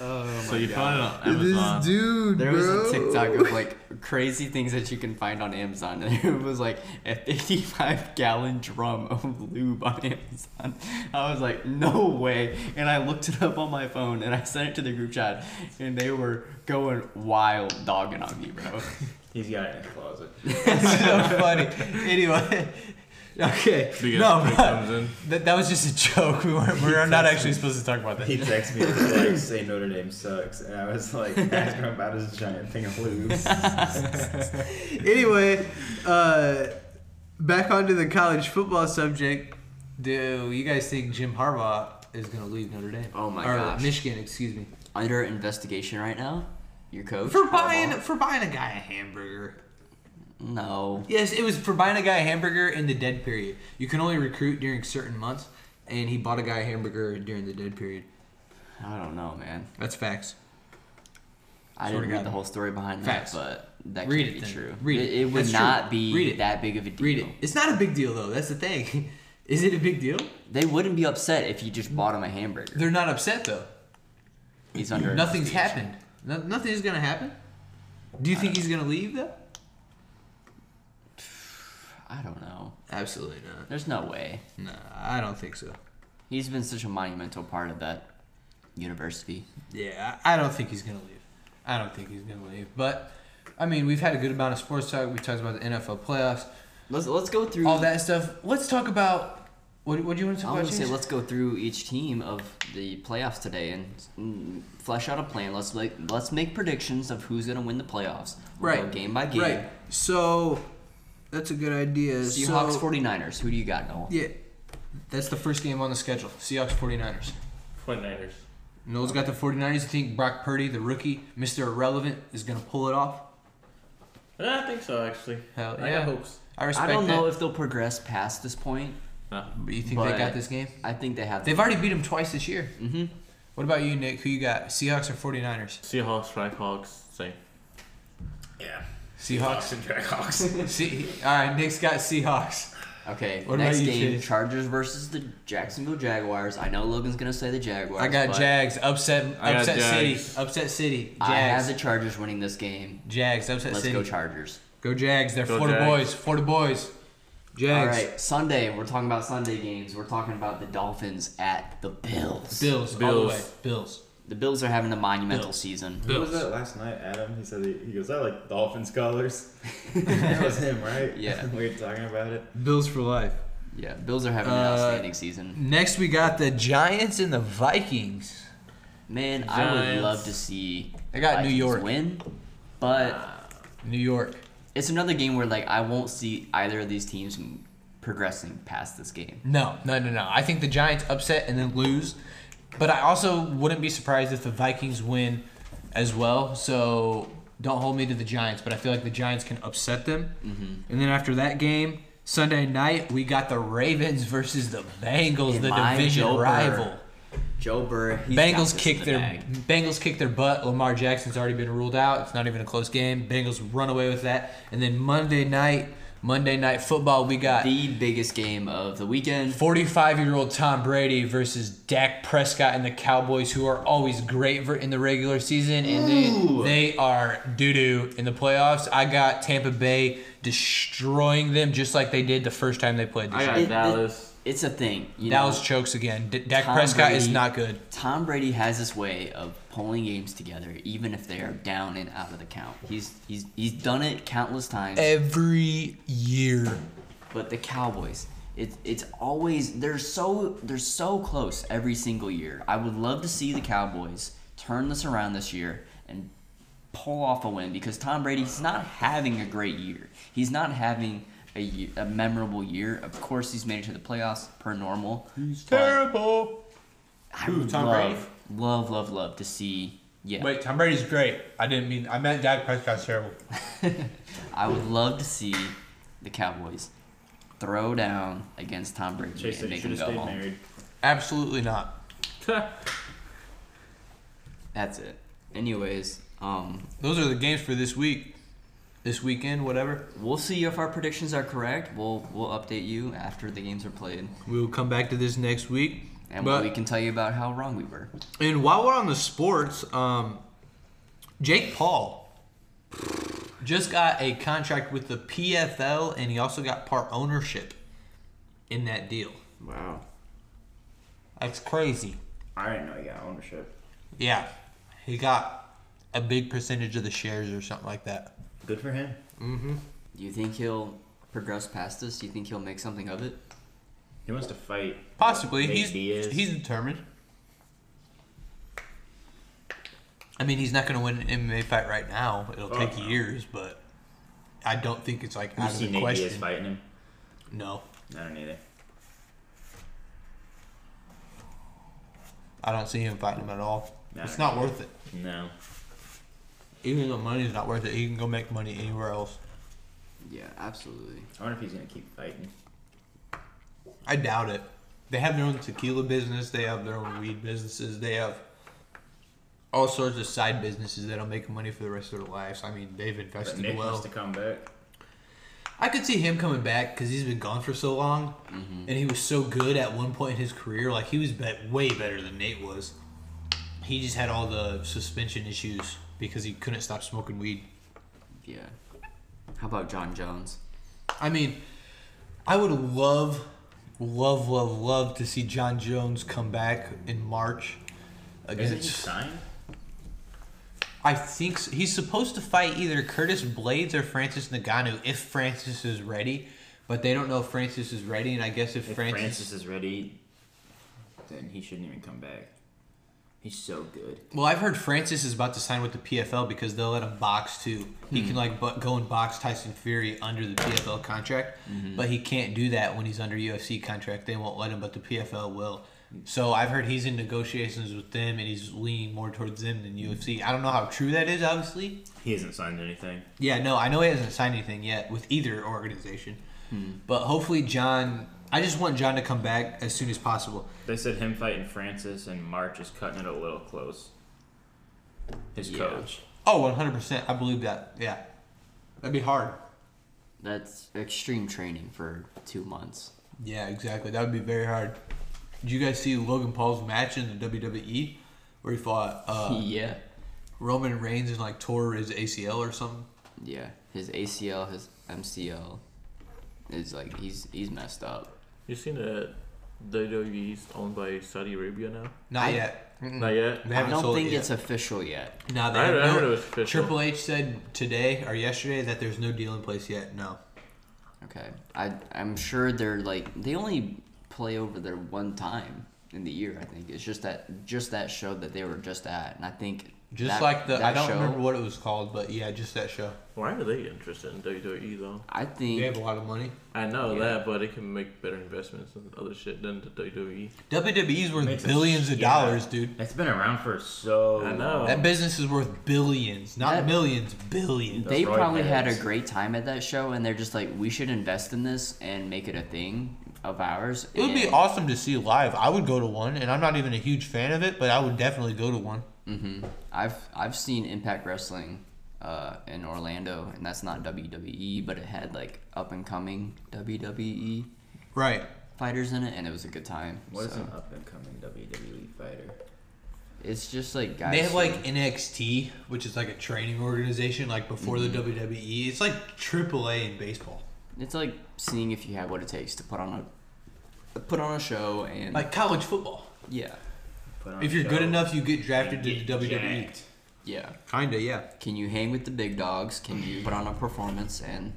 G: oh
F: So
G: my
F: you
G: God.
F: found it on Amazon.
E: This dude,
G: There was
E: bro.
G: a TikTok of like crazy things that you can find on Amazon, and it was like a 55 gallon drum of lube on Amazon. I was like, no way! And I looked it up on my phone, and I sent it to the group chat, and they were going wild, dogging on me, bro.
B: He's got it in the closet.
E: It's so funny. Anyway, okay,
F: Big
E: no,
F: ass
E: but
F: chick comes in.
E: that, that was just a joke. We weren't, we are not actually supposed to talk about that.
B: He texted me and was like, "Say Notre Dame sucks," and I was like, "Asking about his giant thing of loops."
E: anyway, uh, back onto the college football subject. Do you guys think Jim Harbaugh is going to leave Notre Dame?
D: Oh my
E: or
D: gosh.
E: Michigan, excuse me.
D: Under investigation right now. Your coach
E: For
D: Harbaugh?
E: buying for buying a guy a hamburger.
D: No.
E: Yes, it was for buying a guy a hamburger in the dead period. You can only recruit during certain months, and he bought a guy a hamburger during the dead period.
D: I don't know, man.
E: That's facts.
D: I
E: Swear to
D: didn't read
E: God.
D: the whole story behind
E: Facts.
D: that, but that
E: Read
D: can't
E: it
D: be
E: then.
D: true.
E: Read
D: it,
E: it.
D: it would
E: That's true.
D: not be
E: Read it.
D: that big of a deal.
E: Read it. It's not a big deal though. That's the thing. Is it a big deal?
D: They wouldn't be upset if you just bought him a hamburger.
E: They're not upset though.
D: He's under
E: Nothing's
D: investigation.
E: happened. No, nothing's gonna happen. Do you think he's gonna leave though?
D: I don't know.
E: Absolutely not.
D: There's no way.
E: No, I don't think so.
D: He's been such a monumental part of that university.
E: Yeah, I I don't think he's gonna leave. I don't think he's gonna leave. But I mean, we've had a good amount of sports talk. We talked about the NFL playoffs,
D: Let's let's go through.
E: all that stuff. Let's talk about what, what do you want to
D: I
E: talk
D: want
E: about?
D: to say
E: James?
D: let's go through each team of the playoffs today and mm, flesh out a plan. Let's like let's make predictions of who's gonna win the playoffs. We'll go
E: Right.
D: game by game.
E: Right. So that's a good idea.
D: Seahawks
E: so,
D: 49ers. Who do you got, Noel?
E: Yeah, that's the first game on the schedule. Seahawks 49ers.
F: 49ers.
E: Noel's got the 49ers. You think Brock Purdy, the rookie, Mr. Irrelevant, is going to pull it off?
F: Yeah, I think so, actually.
E: Hell
F: I
E: yeah.
F: got hopes.
E: I
D: I
E: respect
D: don't
E: that.
D: know if they'll progress past this point.
E: But you think they
D: But-
E: got this game?
D: I think they have.
E: They've already beat them twice this year.
D: hmm
E: What about you, Nick? Who you got? Seahawks or 49ers?
F: Seahawks, Blackhawks, same.
B: Yeah,
E: Seahawks.
B: and Blackhawks.
E: See, all right, Nick's got Seahawks.
D: Okay.
E: What
D: next
E: about you,
D: game:
E: Chase?
D: Chargers versus the Jacksonville Jaguars. I know Logan's gonna say the Jaguars.
E: I got
D: but
E: Jags. Upset.
F: I got
E: Upset City.
F: Jags.
E: Upset City.
D: I have
E: Jags.
D: the Chargers winning this game.
E: Jags. Upset
D: Let's
E: City.
D: go Chargers.
E: Go Jags. They're
F: Go
E: Florida
F: Jags.
E: boys. Florida boys.
D: All
E: Jags.
D: right, Sunday. We're talking about Sunday games. We're talking about the Dolphins at the Bills.
E: Bills. All the
F: Bills.
E: way. Bills.
D: The Bills are having a monumental
E: Bills.
D: season.
B: Who was that last night, Adam? He said he, he goes, "I like Dolphins colors." that was him, right?
D: Yeah.
B: we were talking about it.
E: Bills for life.
D: Yeah, Bills are having an
E: Uh,
D: outstanding season.
E: Next, we got the Giants and the Vikings.
D: Man, I would
F: Giants.
D: love to see
E: I got New
D: Vikings
E: York.
D: win, but
E: New York.
D: it's another game where like I won't see either of these teams m- progressing past this game.
E: No, no, no, no. I think the Giants upset and then lose, but I also wouldn't be surprised if the Vikings win as well. So don't hold me to the Giants, but I feel like the Giants can upset them.
D: Mm-hmm.
E: And then after that game, Sunday night, we got the Ravens versus the Bengals,
D: In
E: the
D: my
E: division
D: Joe Burrow.
E: rival.
D: Joe Burr, he's got this
E: Bengals
D: in
E: kick
D: the
E: their
D: bag.
E: Bengals kick their butt. Lamar Jackson's already been ruled out. It's not even a close game. Bengals run away with that. And then Monday night, Monday Night Football, we got
D: The biggest game of the weekend.
E: 45 year old Tom Brady versus Dak Prescott and the Cowboys, who are always great ver- in the regular season, and then they are doo doo in the playoffs. I got Tampa Bay destroying them just like they did the first time they played this
F: I
E: year.
F: got
D: It-
F: Dallas.
D: It's a thing. You
E: Dallas
D: know?
E: chokes again. D- Dak
D: Tom
E: Prescott is
D: Brady-
E: not good.
D: Tom Brady has this way of pulling games together, even if they are down and out of the count. He's he's he's done it countless times.
E: Every year.
D: but the Cowboys, it's it's always they're so they're so close every single year. I would love to see the Cowboys turn this around this year and pull off a win because Tom Brady's not having a great year. He's not having a, ye- a memorable year. Of course, he's made it to the playoffs per normal. He's terrible. I
I: Who,
D: would
I: Tom
D: love,
I: Brady?
D: love, love, love to see. Yeah,
E: Wait, Tom Brady's great. I didn't mean, I meant Dak Prescott's terrible.
D: I would love to see the Cowboys throw down against Tom Brady
B: Chase
D: and
B: said you
D: make
B: should
D: him
B: have
D: go
B: stayed
D: home.
B: married.
E: Absolutely not.
D: That's it. Anyways, um,
E: Those are the games for this week, this weekend, whatever.
D: we'll see if our predictions are correct. We'll we'll update you after the games are played,
E: We'll come back to this next week.
D: and
E: But-
D: we can tell you about how wrong we were.
E: And while we're on the sports, um, Jake Paul just got a contract with the PFL, and he also got part ownership in that deal.
B: Wow.
E: That's crazy.
B: I didn't know you got ownership.
E: Yeah, he got a big percentage of the shares or something like that.
B: Good for him.
D: Do you think he'll progress past this? Do you think he'll make something of it?
B: He wants to fight.
E: Possibly,
B: Nate
E: he's
B: Diaz.
E: he's determined. I mean, he's not going to win an MMA fight right now. It'll
B: Oh,
E: take
B: no.
E: years, but I don't think it's like
B: You
E: out of
B: see
E: the
B: Nate
E: question.
B: Diaz fighting him?
E: No,
B: I don't either.
E: I don't see him fighting him at all.
B: No.
E: It's not worth it.
B: No.
E: Even though money's not worth it, he can go make money anywhere else.
D: Yeah, absolutely.
B: I wonder if he's gonna keep fighting.
E: I doubt it. They have their own tequila business. They have their own weed businesses. They have all sorts of side businesses that'll make money for the rest of their lives. I mean, they've
B: But
E: invested
B: Nick
E: well.
B: wants to come back.
E: I could see him coming back because he's been gone for so long, and he was so good at one point in his career. Like he was bet- way better than Nate was. He just had all the suspension issues because he couldn't stop smoking weed.
D: Yeah. How about John Jones?
E: I mean, I would love, love, love, love to see John Jones come back in March
B: Isn't he
E: against.
B: signed?
E: I think s he's supposed to fight either Curtis Blades or Francis Naganu if Francis is ready, but they don't know if Francis is ready, and I guess if,
B: If
E: Francis,
B: Francis, is ready, then he shouldn't even come back. He's so good.
E: Well, I've heard Francis is about to sign with the PFL because they'll let him box too. He can like bu- go and box Tyson Fury under the PFL contract, but he can't do that when he's under UFC contract. They won't let him, but the PFL will. So I've heard he's in negotiations with them, and he's leaning more towards them than UFC. I don't know how true that is, obviously.
B: He hasn't signed anything.
E: Yeah, no, I know he hasn't signed anything yet with either organization, but hopefully John. I just want John to come back as soon as possible.
B: They said him fighting Francis in March is cutting it a little close. His
D: Yeah.
B: coach.
E: Oh, 100%. I believe that. Yeah. That'd be hard.
D: That's extreme training for two months.
E: Yeah, exactly. That would be very hard. Did you guys see Logan Paul's match in the WWE where he fought uh,
D: yeah.
E: Roman Reigns and like tore his ACL or something?
D: Yeah. His ACL, his MCL, is like he's he's messed up.
F: You seen that WWE's owned by Saudi Arabia now?
E: Not
D: I-
E: yet. Mm-mm.
F: Not yet.
E: They
D: I
E: haven't
D: don't
E: sold
D: think
E: it yet.
D: it's official yet.
E: No, they
F: I
E: haven't-
F: heard- I
E: no,
F: heard it was official.
E: Triple H said today or yesterday that there's no deal in place yet. No.
D: Okay. I I'm sure they're like they only play over there one time in the year. I think it's just that just that show that they were just at, and I think
E: Just
D: that-
E: like the
D: that
E: I don't
D: show,
E: remember what it was called, but yeah, just that show.
F: Why are they interested in WWE though?
E: They
D: I
E: have
D: think
E: a lot of money.
F: I know
D: Yeah.
F: that, but it can make better investments and other shit than the E WWE.
E: WWE's E worth
B: Makes a
E: billions
B: sh-
E: of
B: yeah.
E: dollars, dude.
B: It's been around for so
F: I know.
E: That business is worth billions, not
D: That-
E: millions, billions.
D: they
B: That's right,
D: probably had a
B: Paris.
D: great time at that show, and they're just like we should invest in this and make it a thing of ours.
E: It would be
D: and-
E: awesome to see live. I would go to one, and I'm not even a huge fan of it, but I would definitely go to one.
D: I've I've seen Impact Wrestling uh, in Orlando, and that's not WWE, but it had like up and coming WWE
E: Right.
D: E fighters in it, and it was a good time.
B: What is
D: so.
B: an up and coming WWE E fighter?
D: It's just like guys.
E: They have
D: who-
E: like NXT, which is like a training organization, like before
G: Mm-hmm.
E: the WWE. It's like AAA in baseball.
D: it's like seeing if you have what it takes to put on a put on a show and
E: Like college football.
D: yeah,
B: Put on
E: If
B: a
E: you're good
B: show
E: enough, you get drafted
B: and
E: to
B: get
E: the E. WWE.
B: jacked.
D: yeah.
G: Kinda, yeah.
D: Can you hang with the big dogs? Can you put on a performance? And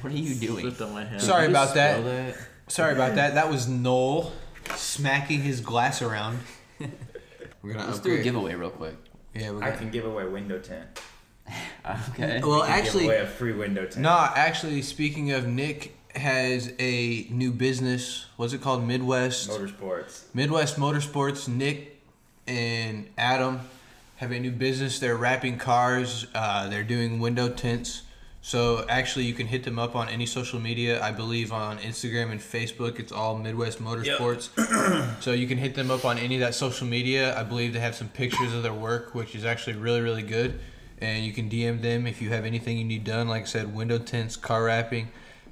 D: what are you doing?
F: Slipped on my hand.
E: Sorry about that.
B: Spell that.
E: Sorry about that. That was Noel smacking his glass around.
G: We're gonna
D: Let's do
G: upgrade.
D: a giveaway real quick.
E: Yeah, we're
B: I
E: gonna.
B: can give away window tint.
D: Okay.
G: well,
B: I can
G: actually,
B: give away a free window tint.
E: No, actually, speaking of Nick has a new business. What's it called? Midwest
B: Motorsports.
E: Midwest Motorsports. Nick and Adam have a new business. They're wrapping cars. Uh, they're doing window tints. So actually, you can hit them up on any social media. I believe on Instagram and Facebook, it's all Midwest Motorsports. so you can hit them up on any of that social media. I believe they have some pictures of their work, which is actually really, really good. And you can DM them if you have anything you need done. Like I said, window tints, car wrapping,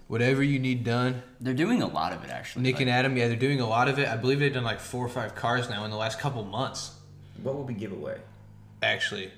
E: whatever you need done.
D: They're doing a lot of it actually.
E: Nick
D: like-
E: and Adam, yeah, they're doing a lot of it. I believe they've done like four or five cars now in the last couple months.
B: What will we give away?
E: Actually,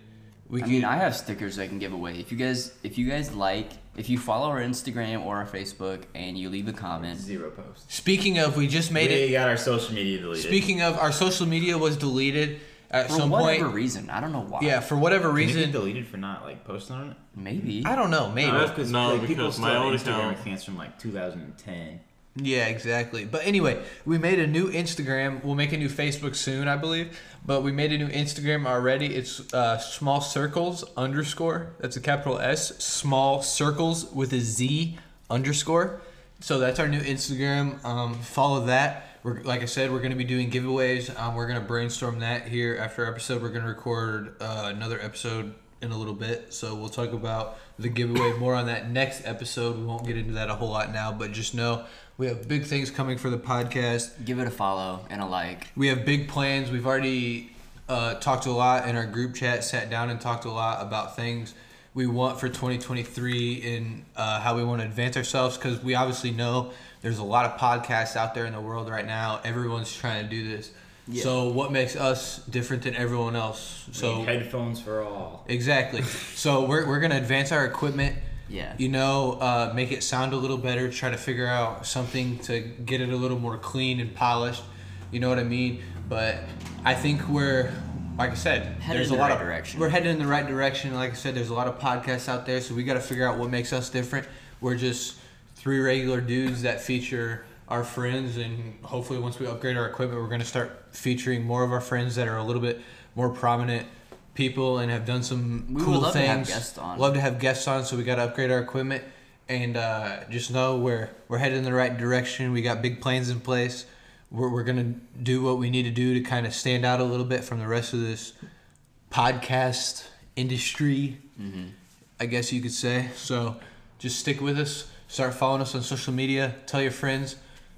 E: we
D: I
E: can.
D: mean, I have stickers I can give away. If you guys, if you guys like, if you follow our Instagram or our Facebook and you leave a comment,
B: Zero posts.
E: speaking of, we just made
B: We
E: it.
B: got our social media deleted.
E: Speaking of, our social media was deleted at
D: for
E: some
D: whatever
E: point.
D: reason, I don't know why.
E: Yeah, for whatever
B: Can it get
E: reason,
B: deleted for not like posting on it.
D: Maybe.
E: I don't know. Maybe.
F: No, that's- No,
B: like, people
F: because
B: still
F: my
B: have
F: old
B: Instagram
F: account-
B: accounts from like 2010.
E: Yeah, exactly. But anyway, we made a new Instagram. We'll make a new Facebook soon, I believe. But we made a new Instagram already. It's uh, small circles underscore. That's a capital S. Small circles with a Z underscore. So that's our new Instagram. Um, follow that. We're, like I said, we're going to be doing giveaways. Um, we're going to brainstorm that here after our episode. We're going to record uh, another episode in a little bit. So we'll talk about the giveaway more on that next episode. We won't get into that a whole lot now, but just know we have big things coming for the podcast.
D: Give it a follow and a like.
E: We have big plans. We've already uh, talked a lot in our group chat, sat down and talked a lot about things we want for 2023 and uh, how we want to advance ourselves because we obviously know there's a lot of podcasts out there in the world right now. Everyone's trying to do this. So, what makes us different than everyone else? So,
B: So headphones for all.
E: Exactly. So we're, we're gonna advance our equipment.
D: Yeah.
E: You know, uh, make it sound a little better. Try to figure out something to get it a little more clean and polished. You know what I mean? But I think we're, like I said,
D: Headed
E: there's
D: in
E: a
D: the
E: lot
D: right
E: of
D: direction.
E: we're headed in the right direction. Like I said, there's a lot of podcasts out there, so we got to figure out what makes us different. We're just three regular dudes that feature our friends, and hopefully, once we upgrade our equipment, we're going to start featuring more of our friends that are a little bit more prominent people and have done some
D: We would
E: cool
D: love to
E: things.
D: have guests on.
E: Love to have guests on, so we got to upgrade our equipment. And uh, just know we're we're headed in the right direction. We got big plans in place. We're, we're gonna do what we need to do to kind of stand out a little bit from the rest of this podcast industry, I guess you could say. So just stick with us. Start following us on social media. Tell your friends.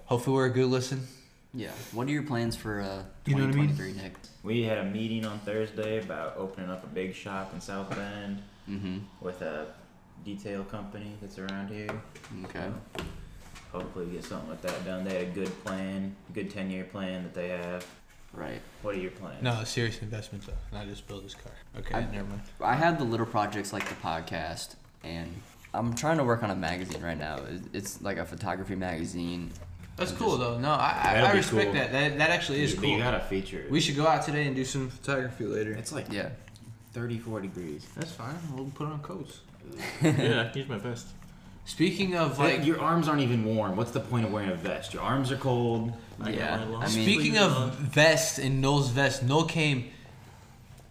E: Hopefully, we're a good listen.
D: Yeah. What are your plans for uh,
E: You know what I mean?
D: 2023, Nick?
B: We had a meeting on Thursday about opening up a big shop in South Bend
D: Mm-hmm.
B: with a detail company that's around here.
D: Okay.
B: Hopefully, we get something like that done. They had a good plan, good 10 year plan that they have.
D: Right.
B: What are your plans?
E: No, serious investment though. Not just build this car. Okay,
D: I-
E: never mind.
D: I have the little projects like the podcast, and I'm trying to work on a magazine right now. It- It's like a photography magazine.
E: That's cool though. No, I I,
B: That'll
E: I
B: be
E: respect
B: cool.
E: that. That that actually is
B: you, but
E: cool.
B: you gotta feature it.
E: We should go out today and do some photography later.
B: it's like
D: Yeah.
B: 34 degrees.
E: That's fine. We'll put on coats.
F: yeah, I can use my best.
E: Speaking of
B: Like
E: like,
B: your arms aren't even warm. What's the point of wearing a vest? Your arms are cold.
F: I got
D: Yeah,
F: my long
D: I mean-
F: sleeve
E: speaking
F: on.
E: of vests and Noel's vest, Noel came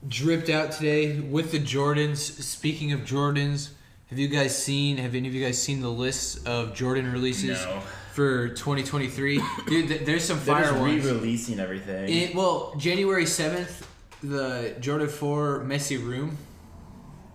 E: dripped out today with the Jordans. Speaking of Jordans, have you guys seen? Have any of you guys seen the list of Jordan releases
B: No.
E: for 2023? Dude, th- there's some
B: They're
E: fire
B: just
E: ones.
B: re-releasing everything.
E: It, well, January 7th, the Jordan 4 Messy Room.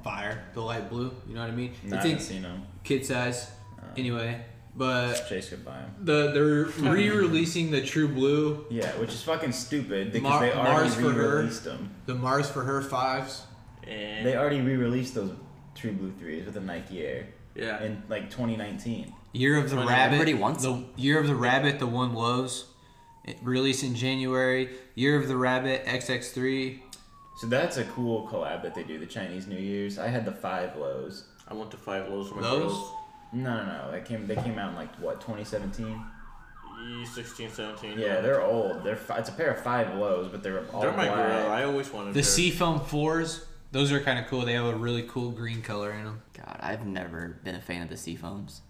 E: Fire. The light blue. You know what I mean?
B: No, I
E: I
B: haven't
E: think
B: seen them.
E: kid size. Anyway, but
B: Chase could buy them.
E: the they're re-releasing the True Blue,
B: Yeah, which is fucking stupid because
E: Mar-
B: they already
E: Mars for her.
B: re-released them.
E: the Mars for Her fives.
F: And
B: They already re-released those True Blue threes with the Nike Air
F: yeah.
B: in like 2019.
E: Year of the
D: Well,
E: Rabbit.
D: everybody wants
E: the Year of the Rabbit, the one lows, it released in January. Year of the Rabbit XX3.
B: So that's a cool collab that they do the Chinese New Year's. I had the five lows.
F: I want the five lows for my
E: Lows?
F: girls.
B: No, no, no. They came. They came out in like what 2017.
F: E 16, 17.
B: Yeah, they're old. They're fi- it's a pair of five lows, but they're all
F: They're my
B: black.
F: girl. I always wanted
E: The
F: her.
E: Seafoam 4s. Those are kind of cool. They have a really cool green color in them.
D: God, I've never been a fan of the Seafoams.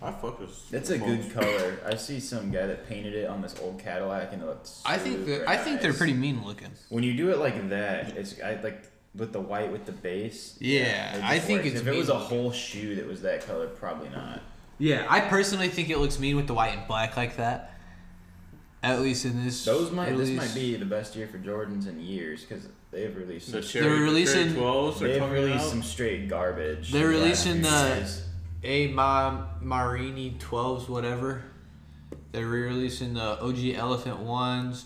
F: I fuck with.
B: That's a good
F: Seafoams.
B: color. I see some guy that painted it on this old Cadillac and it looked.
E: I think
B: super
E: they're, I think they're
B: nice.
E: pretty mean looking.
B: When you do it like that, it's I like with the white with the base.
E: Yeah,
B: it
E: I
B: just
E: think
B: works.
E: it's
B: if it was a
E: mean.
B: whole shoe that was that color, probably not.
E: Yeah, I personally think it looks mean with the white and black like that. At least in this.
B: Those might this
E: release.
B: might be the best year for Jordans in years because they've released
F: The
B: some,
F: cherry,
E: They're releasing-
F: cherry 12s. They're
B: they've
F: coming
B: released
F: out.
B: some straight garbage.
E: They're
B: the last
E: releasing
B: few
E: the-
B: years.
E: A Ma Marini 12s, whatever. They're re releasing the OG Elephant 1s,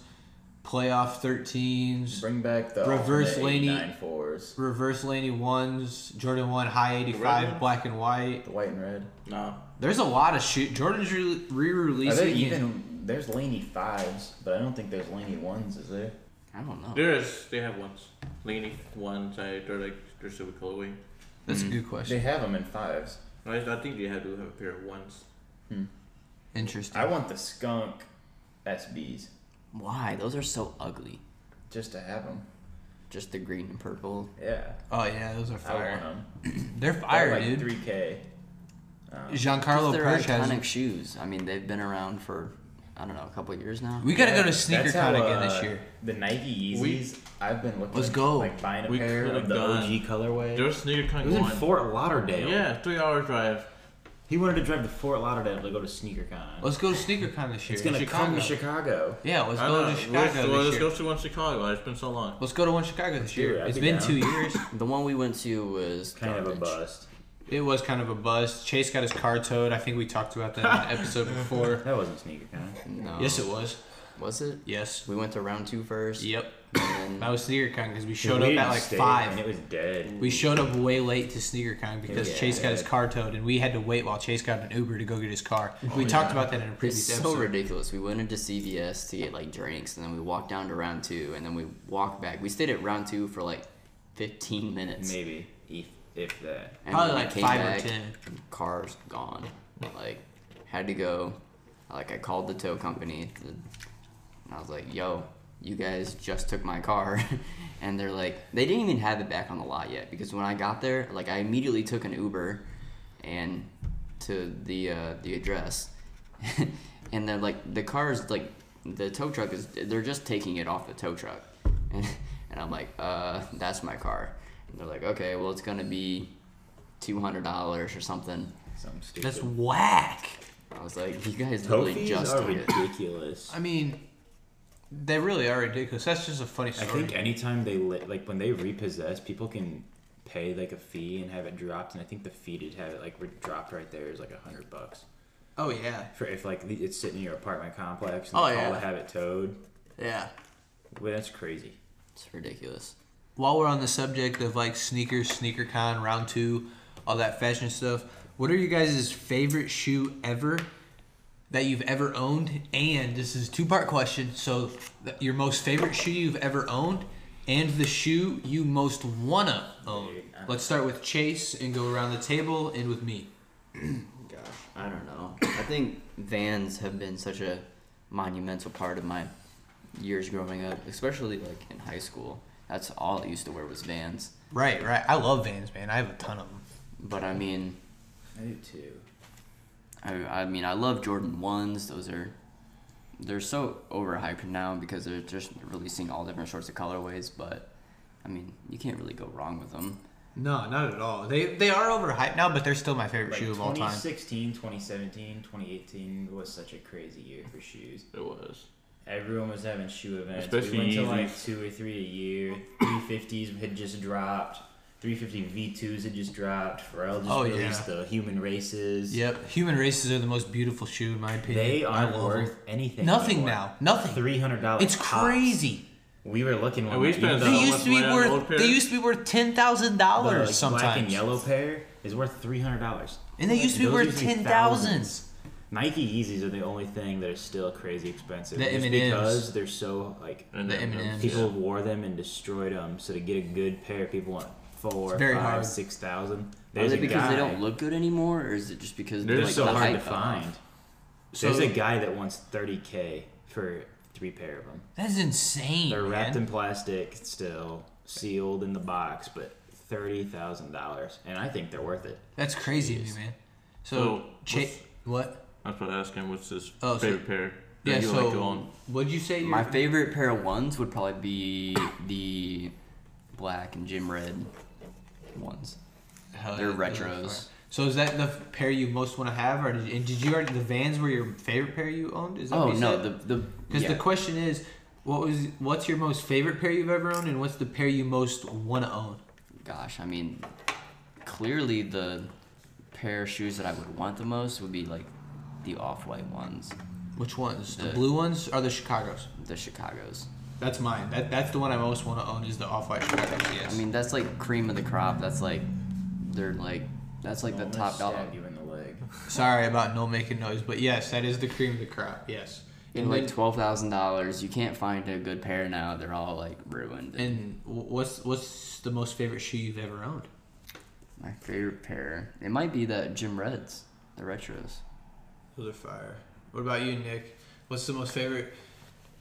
E: Playoff 13s,
B: bring back the
E: Reverse
B: alternate
E: Laney-
B: 894s,
E: Reverse Laney 1s, Jordan 1 High 85,
F: one?
E: Black and White.
B: the white and red.
F: No.
E: There's a lot of shoot. Jordan's re
B: Are
E: releasing.
B: there even there's Laney fives, but I don't think there's Laney ones, is there?
D: I don't know.
F: There is. They have ones. Laney ones. I, they're like they're super colorway.
E: That's a good
B: They
E: question.
B: have them in fives.
F: I, I think they have to have a pair of ones.
E: Interesting.
B: I want the skunk SBs
D: Why? Those are so ugly.
B: just to have them.
D: Just the green and purple.
B: Yeah,
E: oh, yeah, those are
B: I want
E: fire.
B: them.
E: They're fire,
B: like
E: dude.
B: 3K.
E: Giancarlo
D: they're
E: Perch has.
D: iconic shoes. I mean, they've been around for I don't know a couple years now.
E: We gotta go to
B: That's
E: SneakerCon
B: how,
E: again
B: uh,
E: this year.
B: The Nike Yeezys. I've been looking.
E: Let's
B: at,
E: go.
B: Like buying a
F: We
B: pair
F: could've
B: of the
F: done-
B: OG colorway.
F: There's sneaker
B: it
F: kind
B: was in
F: one.
B: Fort Lauderdale.
F: Yeah, three hour drive.
B: He wanted to drive to Fort Lauderdale to go to SneakerCon.
E: Let's go to SneakerCon this year.
B: It's gonna
E: in
B: come to
E: Chicago.
B: Chicago.
E: Yeah, let's
F: I
E: go
F: know.
E: to
F: Let's-
E: Chicago this
F: well, let's
E: year.
F: go to one Chicago. It's been so long.
E: Let's go to one Chicago this
B: do
E: year.
B: it. I'd
E: It's
B: be
E: been
B: down.
E: two years.
D: The one we went to was
B: Kind of a
D: garbage.
B: bust.
E: It was kind of a buzz. Chase got his car towed. I think we talked about that in an episode before.
B: That wasn't SneakerCon.
D: No.
E: Yes, it was.
D: was it.
E: Yes.
D: We went to round two first.
E: Yep.
D: And
E: That
D: then
E: was SneakerCon because we showed
B: We
E: up at like
B: stayed, and it
E: five.
B: was dead.
E: We showed up way late to SneakerCon because
B: Yeah.
E: Chase got his car towed, and we had to wait while Chase got an Uber to go get his car. we talked about that in a
D: it's
E: previous
D: so
E: episode.
D: ridiculous. We went into CVS to get like drinks, and then we walked down to round two, and then we walked back. We stayed at round two for like 15 minutes.
B: Maybe if if that.
D: And
E: Probably
D: when I
E: like
D: came
E: five or
D: back,
E: ten.
D: Car's gone. Like, had to go. Like, I called the tow company. to- and I was like, yo, you guys just took my car. and they're like, they didn't even have it back on the lot yet because when I got there, like, I immediately took an Uber and to the uh, the address. and they're like, the car's like, the tow truck is, they're just taking it off the tow truck. And, and I'm like, uh, that's my car. And they're like, okay, well, it's going to be two hundred dollars or something.
B: Something stupid.
E: That's whack.
D: I was like, you guys really
B: Trophies
D: just
B: are
D: took it.
B: ridiculous.
E: I mean, they really are ridiculous. That's just a funny
B: I
E: story.
B: think anytime they li- like when they repossess, people can pay like a fee and have it dropped, and I think the fee to have it like re- dropped right there is like a hundred bucks
E: oh yeah,
B: for if like the- it's sitting in your apartment complex and
E: Oh,
B: oh, call
E: yeah.
B: to have it towed.
E: yeah.
B: Well, that's crazy.
D: It's ridiculous.
E: While we're on the subject of like sneakers, sneaker con, round two, all that fashion stuff, what are you guys' favorite shoe ever that you've ever owned? And this is a two part question. So, th- your most favorite shoe you've ever owned and the shoe you most wanna own. Let's start with Chase and go around the table and with me.
D: Gosh, I don't know. I think vans have been such a monumental part of my years growing up, especially like in high school. That's all I used to wear was vans.
E: Right, right. I love Vans, man. I have a ton of them.
D: But I mean,
B: I do too.
D: I, I mean, I love Jordan ones. Those are they're so overhyped now because they're just releasing all different sorts of colorways. But I mean, you can't really go wrong with them.
E: No, not at all. They they are overhyped now, but they're still my favorite
B: Like
E: shoe of all time.
B: 2016, 2017, 2018 was such a crazy year for shoes.
F: It was.
B: Everyone was having shoe events. we
F: Especially
B: went to like
F: Yeezys.
B: two or three a year. 350s had just dropped. 350 V2s had just dropped. Pharrell just
E: Oh, yeah.
B: released the Human Races.
E: Yep, human races are the most beautiful shoe in my opinion.
B: They
E: I
B: aren't
E: love
B: worth
E: them.
B: anything.
E: nothing now. Nothing.
B: Three hundred dollars.
E: It's crazy.
B: We were looking one.
F: we
B: night, even
F: spent so
E: They
B: though
E: used to be
F: much money on old
E: worth.
F: pair?
E: They used to be worth ten thousand
B: the, like,
E: dollars sometimes.
B: Black and yellow pair is worth three hundred dollars.
E: And they used to be
B: Those
E: worth
B: used to be
E: ten
B: thousands.
E: thousands.
B: Nike Yeezys are the only thing that are still crazy expensive.
E: The
B: just
E: M&Ms.
B: because they're so like
F: And
E: The
F: then, uh,
E: M&Ms.
B: people wore them and destroyed them. So to get a good pair, people want four,
E: very
B: five,
E: hard.
B: six thousand.
D: Is
B: There's
D: it
B: a
D: because
B: guy.
D: they don't look good anymore, or is it just because
F: They're
B: They're
D: like,
B: so
D: the
B: hard to
D: hype of 'em?
B: find. There's a guy that wants thirty k for three pair of them.
E: That's insane.
B: They're wrapped
E: man.
B: in plastic, still sealed in the box, but thirty thousand dollars, and I think they're worth it.
E: That's crazy, to me, man. So,
F: So,
E: cha- what?
F: That's what I asked him. What's his
E: Oh, so-
F: favorite pair? that
E: Yeah.
F: you
E: So,
F: like to own?
E: what'd you say?
D: My
E: your-
D: favorite pair of ones would probably be the black and gym red ones.
E: Hell
D: They're
E: yeah, those are
D: retros.
E: fire. So is that the pair you most want to have, or did you, and did you already the Vans were your favorite pair you owned? Is that
D: Oh
E: what you
D: no,
E: said?
D: the the
E: Because
D: yeah.
E: the question is, what was what's your most favorite pair you've ever owned, and what's the pair you most want to own?
D: gosh, I mean, clearly the pair of shoes that I would want the most would be like the off white ones,
E: Which ones? The
D: Uh,
E: blue ones or the Chicago's?
D: the Chicago's.
E: That's mine. That that's the one I most want to own is the off white Chicago's. Yes.
D: I mean, that's like cream of the crop. That's like they're like that's like the top dog.
B: you in the leg.
E: sorry about no making noise, but yes, that is the cream of the crop. Yes.
D: And like twelve thousand dollars, you can't find a good pair now. They're all like ruined.
E: and wh- what's what's the most favorite shoe you've ever owned?
D: My favorite pair, it might be that Jim Reds, the retros.
E: Those are fire. What about you, Nick? What's the most favorite?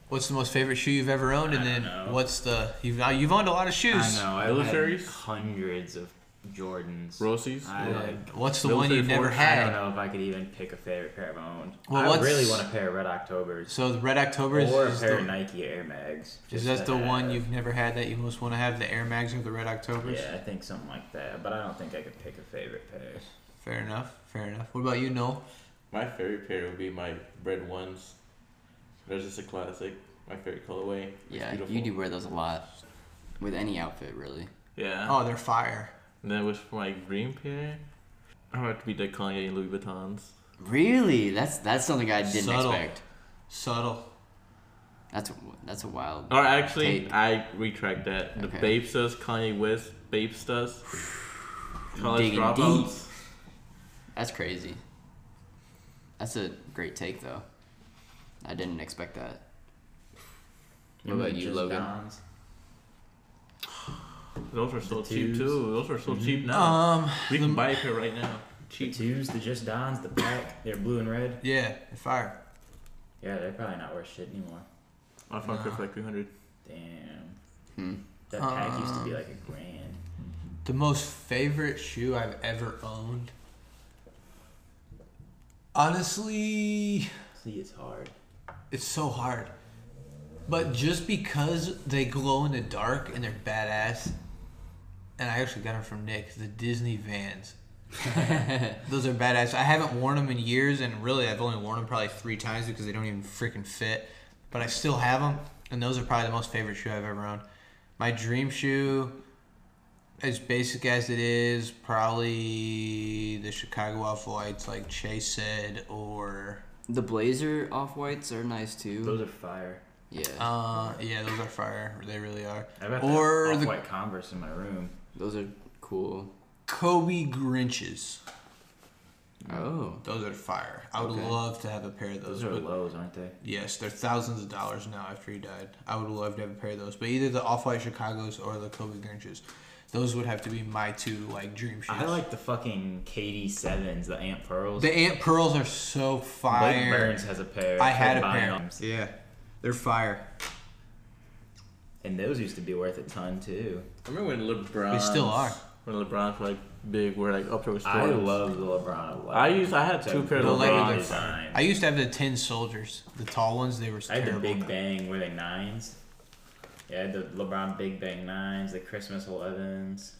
E: What's the most favorite shoe you've ever owned? And then
B: know.
E: what's the you've uh, you've owned a lot of shoes.
B: I know. I've had
F: Militaries?
B: hundreds of Jordans.
F: Rosies?
B: I,
E: Yeah.
B: like,
E: What's the
F: Those
E: one
F: three
E: you never
F: fours,
B: I
E: had?
B: don't know if I could even pick a favorite pair of my own.
E: Well,
B: I
E: what's-
B: really want a pair of Red Octobers
E: So the Red October is,
B: or a
E: is,
B: pair of
E: the,
B: Nike Air Mags.
E: is
B: just
E: that
B: to
E: the one
B: have.
E: you've never had that you most want to have? The Air Mags or the Red Octobers?
B: Yeah, I think something like that. But I don't think I could pick a favorite pair.
E: Fair enough. Fair enough. What about you, Noel?
F: My favorite pair would be my red ones. They're just a classic. My favorite colorway. It's
D: Yeah,
F: beautiful.
D: you do wear those a lot with any outfit, really.
F: Yeah.
E: Oh, they're fire.
F: And then was for my green pair. I would have to be the Kanye Louis Vuittons.
D: Really, that's that's something I didn't
E: Subtle.
D: expect.
E: Subtle.
D: That's a, that's a wild.
F: Or actually,
D: take.
F: I retract that. The
D: Okay.
F: Babe Babestas, Kanye West, Babestas, College
D: Digging
F: Dropouts.
D: that's crazy. That's a great take, though. I didn't expect that. What about you,
B: Just
D: Logan?
B: Dons.
F: Those are so
B: The
F: cheap
B: twos.
F: too. Those are so cheap now.
E: Um.
F: we can buy a pair right now.
B: The
F: Cheap.
B: twos, the just dons, the pack. They're blue and red.
E: Yeah, they're fire.
B: Yeah, they're probably not worth shit anymore.
F: I found her for like 300.
B: Damn.
D: Hmm.
B: That pack used to be like
E: Uh.
B: a grand.
E: The most favorite shoe I've ever owned. Honestly,
B: See, it's hard.
E: it's so hard. But just because they glow in the dark and they're badass, and I actually got them from Nick, the Disney Vans. Those are badass. I haven't worn them in years, and really, I've only worn them probably three times because they don't even freaking fit. But I still have them, and those are probably the most favorite shoe I've ever owned. My dream shoe, as basic as it is, probably the Chicago Off Whites, like Chase said, or
D: The blazer off whites are nice too.
B: Those are fire.
D: yeah,
E: uh, yeah, those are fire. They really are.
B: I've got
E: Or
B: the
E: the
B: white Converse in my room.
D: those are cool.
E: Kobe Grinches.
D: Oh,
E: Those are fire. I would
D: Okay.
E: love to have a pair of those.
B: Those are
E: but-
B: lows, aren't they?
E: Yes, they're thousands of dollars now after he died. I would love to have a pair of those, but either the Off White Chicago's or the Kobe Grinches. Those would have to be my two like dream shoes.
B: I like the fucking KD sevens, the Ant Pearls.
E: the Ant Pearls are so
B: Blake
E: fire.
B: Burns has a pair.
E: I had a
B: Combine
E: pair.
B: 'em.
E: Yeah, they're fire.
B: And those used to be worth a ton too.
F: I remember when LeBron.
E: They still are.
F: When LeBron's like big, we're like up there with
B: I
F: Jordans.
B: love the LeBron.
F: I used. I had two pair of
E: The lighter
F: LeBron.
E: they're
B: design.
E: I used to have the Tin Soldiers, the tall ones. They were
B: I had
E: terrible.
B: the Big Bang. Were they nines? Yeah, I had the LeBron Big Bang nines, the Christmas elevens.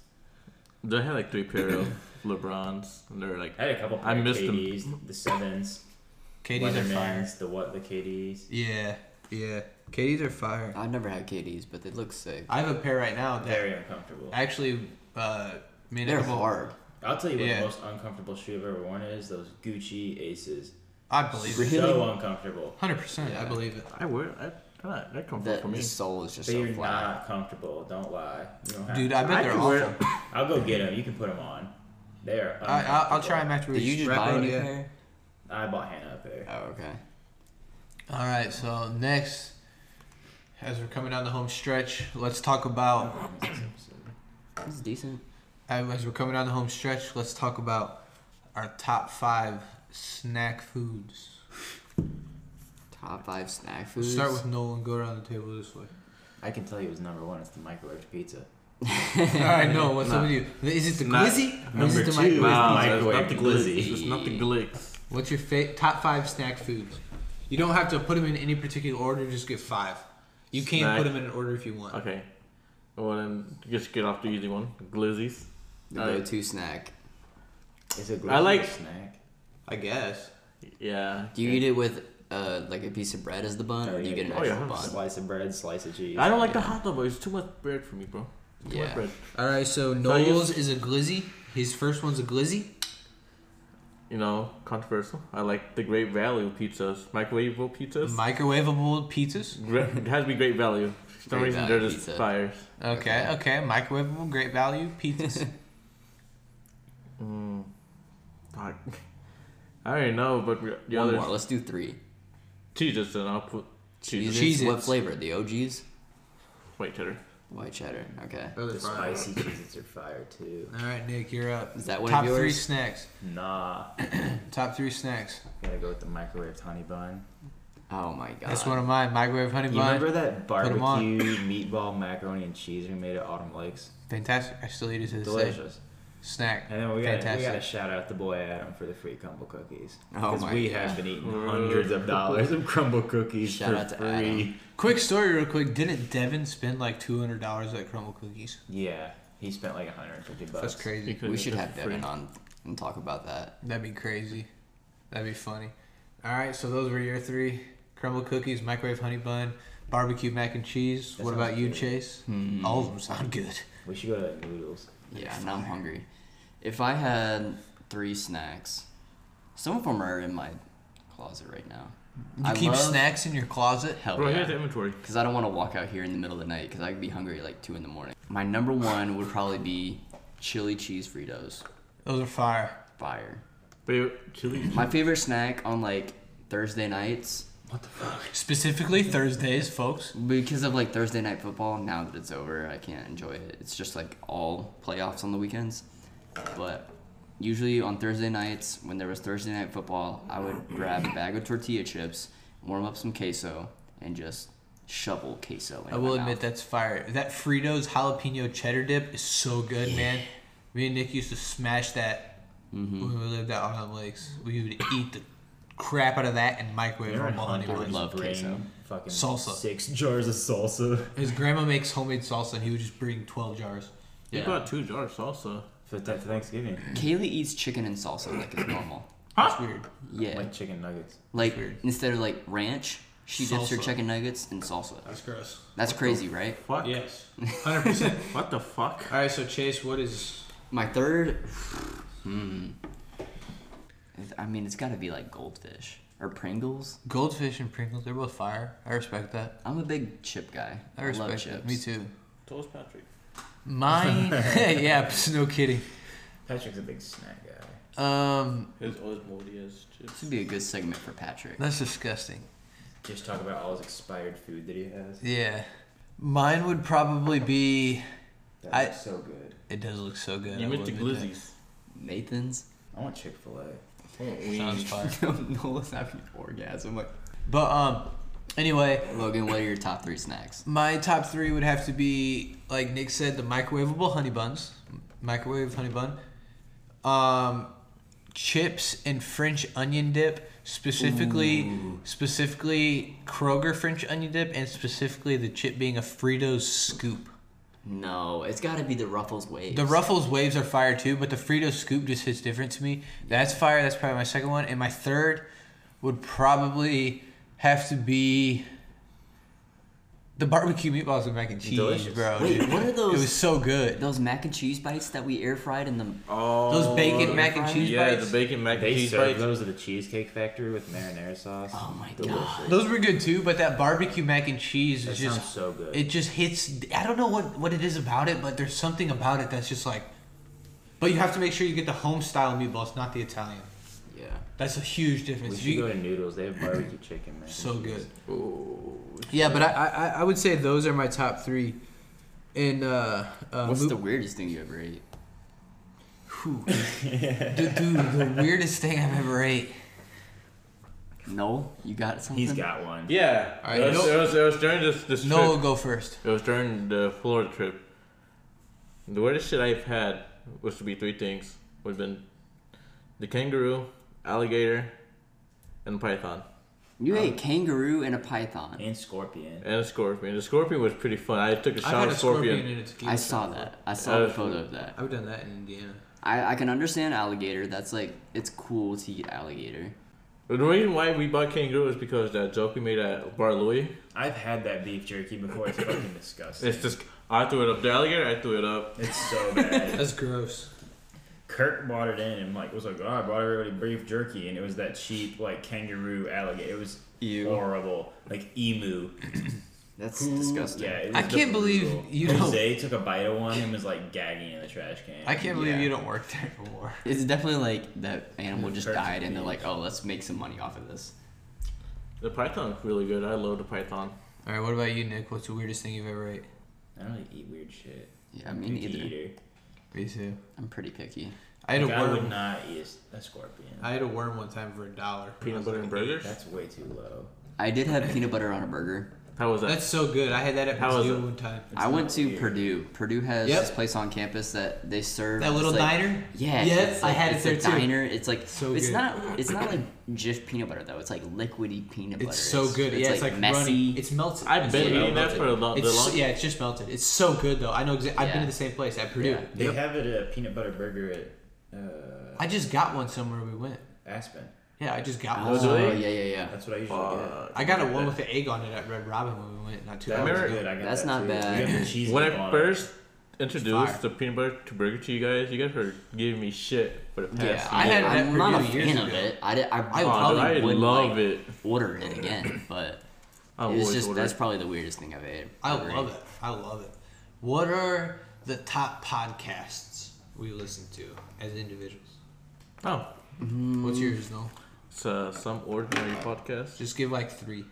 F: They had like three pair of LeBrons, and they're like.
B: I had a couple.
F: I
B: Pair of
F: missed 'em.
B: KDs, the sevens,
E: KDs are fire.
B: Leathermans, the what, the KDs.
E: Yeah, yeah. KDs are fire.
D: I've never had KDs, but they look sick.
E: I have a pair right now that
B: Very uncomfortable.
E: actually, uh, me and a
D: They're
E: couple-
D: hard.
B: I'll tell you what
E: Yeah.
B: the most uncomfortable shoe I've ever worn is those Gucci Aces.
E: I believe it.
B: So uncomfortable.
E: Hundred percent. I
D: Yeah.
E: believe it.
F: I wear. I, They're not- That comes
D: The,
F: from me.
D: the soul is just
B: But
D: so
B: you're
D: flat.
B: not comfortable. Don't lie. You don't have
E: Dude,
B: to.
E: I bet
F: I
E: they're
F: could
E: awful.
F: wear-
B: I'll go get them. You can put them on. They are.
E: I, I'll, I'll try them after we
D: Did you just
E: wrap
D: buy
E: up,
D: a new
E: yeah.
D: pair?
B: I bought Hannah up there.
D: Oh, okay.
E: All right, so next, as we're coming down the home stretch, let's talk about
D: This is decent.
E: as we're coming down the home stretch. Let's talk about our top five snack foods.
D: Top five snack
E: We'll
D: foods.
E: start with Nolan. Go around the table this way.
B: I can tell you it was number one. It's the microwave pizza.
E: All right, no, what's up with you? Is it the
F: Not-
E: glizzy? Or is
F: Number
E: it the
F: two,
E: microwave?
B: Wow.
F: is it's not
B: Microwave
F: the glizzy.
B: glizzy.
F: It's not the glicks.
E: What's your fa- top five snack foods? You don't have to put them in any particular order. Just get five. You can
F: Snack-
E: put them in an order if you want.
F: Okay. Well then, just get off the easy one. Glizzies.
D: the
F: Alright.
D: go-to snack.
B: It's a
F: I like-
B: glizzy snack.
E: I guess.
F: Yeah.
D: Do you eat it with uh, like a piece of bread as the bun,
B: Oh,
D: or do you
B: yeah.
D: get an
F: Oh,
D: actual
F: yeah.
D: bun?
B: Slice of bread, slice of cheese.
F: I don't like the hot dog, but it's too much bread for me, bro. Too
D: Yeah.
F: much bread.
E: All right, so
F: you-
E: Noel's is a glizzy. His first one's a glizzy.
F: You know, controversial. I like the great value pizzas, microwavable pizzas.
E: Microwavable pizzas.
F: Great- it has to be great value. For some
D: Great
F: reason,
D: value
F: they're just
D: pizza.
F: fires.
E: Okay, okay. Microwavable, great value pizzas.
F: Fuck. I already know, but we- the
D: One
F: other
D: more. Let's do three.
F: cheeses, and I'll put cheese.
D: Cheese. What
E: Cheez-Its.
D: flavor? The OGs.
F: White cheddar.
D: White cheddar. Okay.
E: Oh.
B: The spicy cheeses are fire too.
E: All right, Nick, you're up.
D: Is that one
E: Top
D: of
E: three
D: yours?
E: snacks.
B: Nah,
E: Top three snacks.
B: gotta go with the microwave honey bun.
D: Oh my god.
E: That's one of mine. Microwave honey
B: Uh, You
E: bun.
B: remember that
E: Put 'em on.
B: barbecue meatball macaroni and cheese we made at Autumn Lakes?
E: Fantastic. I still eat it to this day.
B: Delicious.
E: Snack.
B: And then we gotta, we
E: Fantastic.
B: gotta shout out the boy Adam for the free crumble cookies
D: Oh
B: because
D: my
B: we
D: God.
B: have been eating hundreds of dollars of crumble cookies
D: Shout
B: for
D: out to
B: free.
D: Adam.
E: Quick story, real quick. Didn't Devin spend like two hundred dollars at Crumble Cookies?
B: Yeah, he spent like 150 bucks.
E: That's crazy.
D: we should have Devin on and talk about that.
E: That'd be crazy. That'd be funny. All right, so those were your three: crumble cookies, microwave honey bun, barbecue mac and cheese.
B: That
E: what about
B: sounds
E: you,
B: good. Hmm.
E: Chase? All of them sound good.
B: We should go to like, noodles.
D: Yeah, now I'm hungry. If I had three snacks, some of them are in my closet right now.
E: You
D: I
E: keep
D: love-
E: snacks in your closet.
D: Hell
F: Bro, here's the
D: Oh, yeah.
F: inventory.
D: Because I don't want to walk out here in the middle of the night because I could be hungry at like 2 in the morning. My number one would probably be chili cheese Fritos.
E: Those are fire.
D: Fire.
F: But chili.
D: My favorite snack on like Thursday nights,
E: Specifically Thursdays, folks.
D: because of like Thursday night football, now that it's over, I can't enjoy it. It's just like all playoffs on the weekends. But usually on Thursday nights, when there was Thursday night football, I would grab a bag of tortilla chips, warm up some queso, and just shovel queso. In
E: I will
D: my
E: admit
D: mouth.
E: that's fire. That Fritos jalapeno cheddar dip is so good, man. Me and Nick used to smash that
B: Mm-hmm.
E: when we lived out on the lakes. We would eat the crap out of that and microwave
B: Remember
E: our
B: when
E: honey
B: Hunter
E: buns.
B: would
D: love
B: bring
D: queso.
B: Fucking
E: Salsa.
B: Six jars of salsa.
E: His grandma makes homemade salsa, and he would just bring twelve jars.
F: You
D: Yeah.
F: brought two jars salsa.
B: For, th- for Thanksgiving.
D: Kaylee eats chicken and salsa like it's normal.
E: That's weird.
D: Yeah.
B: Like chicken nuggets.
D: Like
E: Weird.
D: instead of like ranch, she dips her
E: Salsa.
D: chicken nuggets in salsa.
E: That's gross.
D: That's crazy, right?
F: Fuck.
E: Yes, hundred percent.
F: What the fuck?
E: All right, so Chase, what is?
D: My third, hmm. I mean, it's got to be like goldfish or Pringles.
E: Goldfish and Pringles, they're both fire. I respect that.
D: I'm a big chip guy.
E: I
D: I,
E: respect
D: love
E: that.
D: chips.
E: Me too.
F: Toast Patrick.
E: Mine, yeah, no kidding.
B: Patrick's a big snack guy.
E: Um,
F: His old moldy as chips.
D: This would be a good segment for Patrick.
E: that's disgusting.
B: Just talk about all his expired food that he has.
E: Yeah, mine would probably be.
B: That
E: I-
B: looks so good.
E: It does look so good.
F: You
E: I
F: missed
E: will
F: the
E: admit that.
F: glizzies.
D: Nathan's.
B: I want Chick Fil A.
E: Sounds fire.
D: Nola's having an orgasm. Like,
E: But um, anyway,
D: Logan, what are your top three snacks?
E: My top three would have to be, like Nick said, the microwavable honey buns, microwave honey bun, um, chips and French onion dip, specifically, specifically Kroger French onion dip, and specifically the chip being a Fritos scoop.
D: No, it's got to be the Ruffles waves.
E: The Ruffles waves are fire too, but the Fritos scoop just hits different to me. That's fire. That's probably my second one, and my third would probably have to be. The barbecue meatballs with mac and cheese,
B: Delicious.
E: bro.
D: Wait,
E: dude.
D: what are those-
E: It was so good.
D: Those mac and cheese bites that we air fried in the
F: Oh,
E: Those bacon mac and cheese
F: yeah,
E: bites.
F: the bacon mac and
B: They
F: cheese
B: serve
F: bites.
B: those at the Cheesecake Factory with marinara sauce.
D: Oh my god.
E: Those were good too, but that barbecue mac and cheese
B: That
E: is just
B: sounds so good.
E: It just hits. I don't know what what it is about it, but there's something about it that's just like. But you have to make sure you get the home style meatballs, not the Italian.
D: Yeah.
E: That's a huge
B: we
E: difference.
B: should
E: You-
B: go to Noodles. They have barbecue chicken, man.
E: so good.
G: Yeah, but I, I I would say those are my top three. And uh, uh
D: What's
G: mo-
D: the weirdest thing you ever ate?
E: dude, dude, the weirdest thing I've ever ate.
D: No, you got something.
B: He's got one.
F: Yeah,
G: All right,
F: it, was,
G: no-
F: it, was, it was during this this
E: Noah,
F: trip.
E: go first.
F: It was during the Florida trip. The weirdest shit I've had was to be three things. Would have been the kangaroo, alligator, and python,
D: You ate kangaroo and a python.
B: And scorpion.
F: and a scorpion. The scorpion was pretty fun. I took a
G: I've
F: shot
G: had
F: of
G: a scorpion,
F: scorpion.
G: in a tequila
D: I saw
G: shot.
D: that. I saw
F: Uh,
D: the photo of that.
G: I've done that in Indiana.
D: I, I can understand alligator. That's like it's cool to eat alligator.
F: But The reason why we bought kangaroo is because that joke we made at Bar Louie.
B: I've had that beef jerky before. It's fucking disgusting.
F: It's just I threw it up. The alligator, I threw it up.
B: It's so bad.
G: That's gross.
B: Kirk bought it in and like was like, oh, I bought everybody beef jerky, and it was that cheap like kangaroo alligator. It was
D: Ew.
B: horrible, like emu.
D: That's
B: Ooh,
D: disgusting.
B: Yeah, it
E: I
B: was
E: can't believe
B: brutal.
E: you don't-
B: Jose took a bite of one and was like gagging in the trash can.
E: I can't believe
D: Yeah.
E: you don't work there anymore.
D: It's definitely like that animal just
B: Perfect
D: died, and they're
B: beef.
D: like, "Oh, let's make some money off of this."
F: The python's really good. I love the python.
E: All right, what about you, Nick? What's the weirdest thing you've ever ate?
B: I don't really eat weird shit.
D: Yeah, I mean,
B: Picky
D: either.
B: eater.
E: Me too.
D: I'm pretty picky.
E: I had
B: Like,
E: a
B: I would
E: worm.
B: not eat a scorpion.
E: I had a worm one time for a dollar.
F: Peanut butter and burgers.
B: That's way too low.
D: I did have peanut butter on a burger.
F: How was that?
E: That's so good. I had that at
F: How was
E: Purdue
F: it?
E: one time.
D: I went
B: not
D: to
B: weird.
D: Purdue. Purdue has
E: Yep.
D: this place on campus that they serve
E: That
D: it's
E: little
D: like-
E: diner?
D: Yeah,
E: Yes,
D: it's like-
E: I had it
D: it's
E: there
D: a
E: too.
D: Diner. It's like
E: So
D: it's
E: good.
D: not it's not like just peanut butter though. It's like liquidy peanut butter.
E: It's so good. yeah, it's like
D: messy.
E: runny. It's melted.
F: I've
E: It's
F: been
E: like-
F: eating that for a long, the
E: It's so-
F: long.
E: yeah, it's just melted. It's so good though. I know. Exa- I've been
D: Yeah.
E: to the same place at Purdue.
D: Yeah.
B: They have it a peanut butter burger at uh,
E: I just got one somewhere we went.
B: Aspen.
E: Yeah, I just got one.
D: oh
F: really?
D: yeah, yeah, yeah.
B: That's what I usually
F: Fuck.
E: I got a one with the egg on it at Red Robin when we went not too
B: get. That
E: long
B: was
F: Remember-
E: ago.
B: good. I got
D: That's
B: that
D: not
B: too.
D: bad.
B: You got the cheese
F: When
B: dip
F: I
B: on it.
F: first introduced
E: fire.
F: the peanut butter to burger to you guys, you guys were giving me shit for the past.
D: Yeah,
F: few
D: I
E: I had it at
D: am not a
E: Purdue years
D: fan of
E: ago.
D: it. I, did, I, I
F: Oh,
D: probably
F: dude, I
D: would
F: love
D: like,
F: it.
D: order it again, but
F: I
D: it was
F: always
D: just
F: order.
D: that's probably the weirdest thing I've e-, ate.
E: I love it. I love it. What are the top podcasts we listen to as individuals?
F: Oh,
E: What's yours, Noel?
F: it's uh, some ordinary podcast.
E: Just give like three.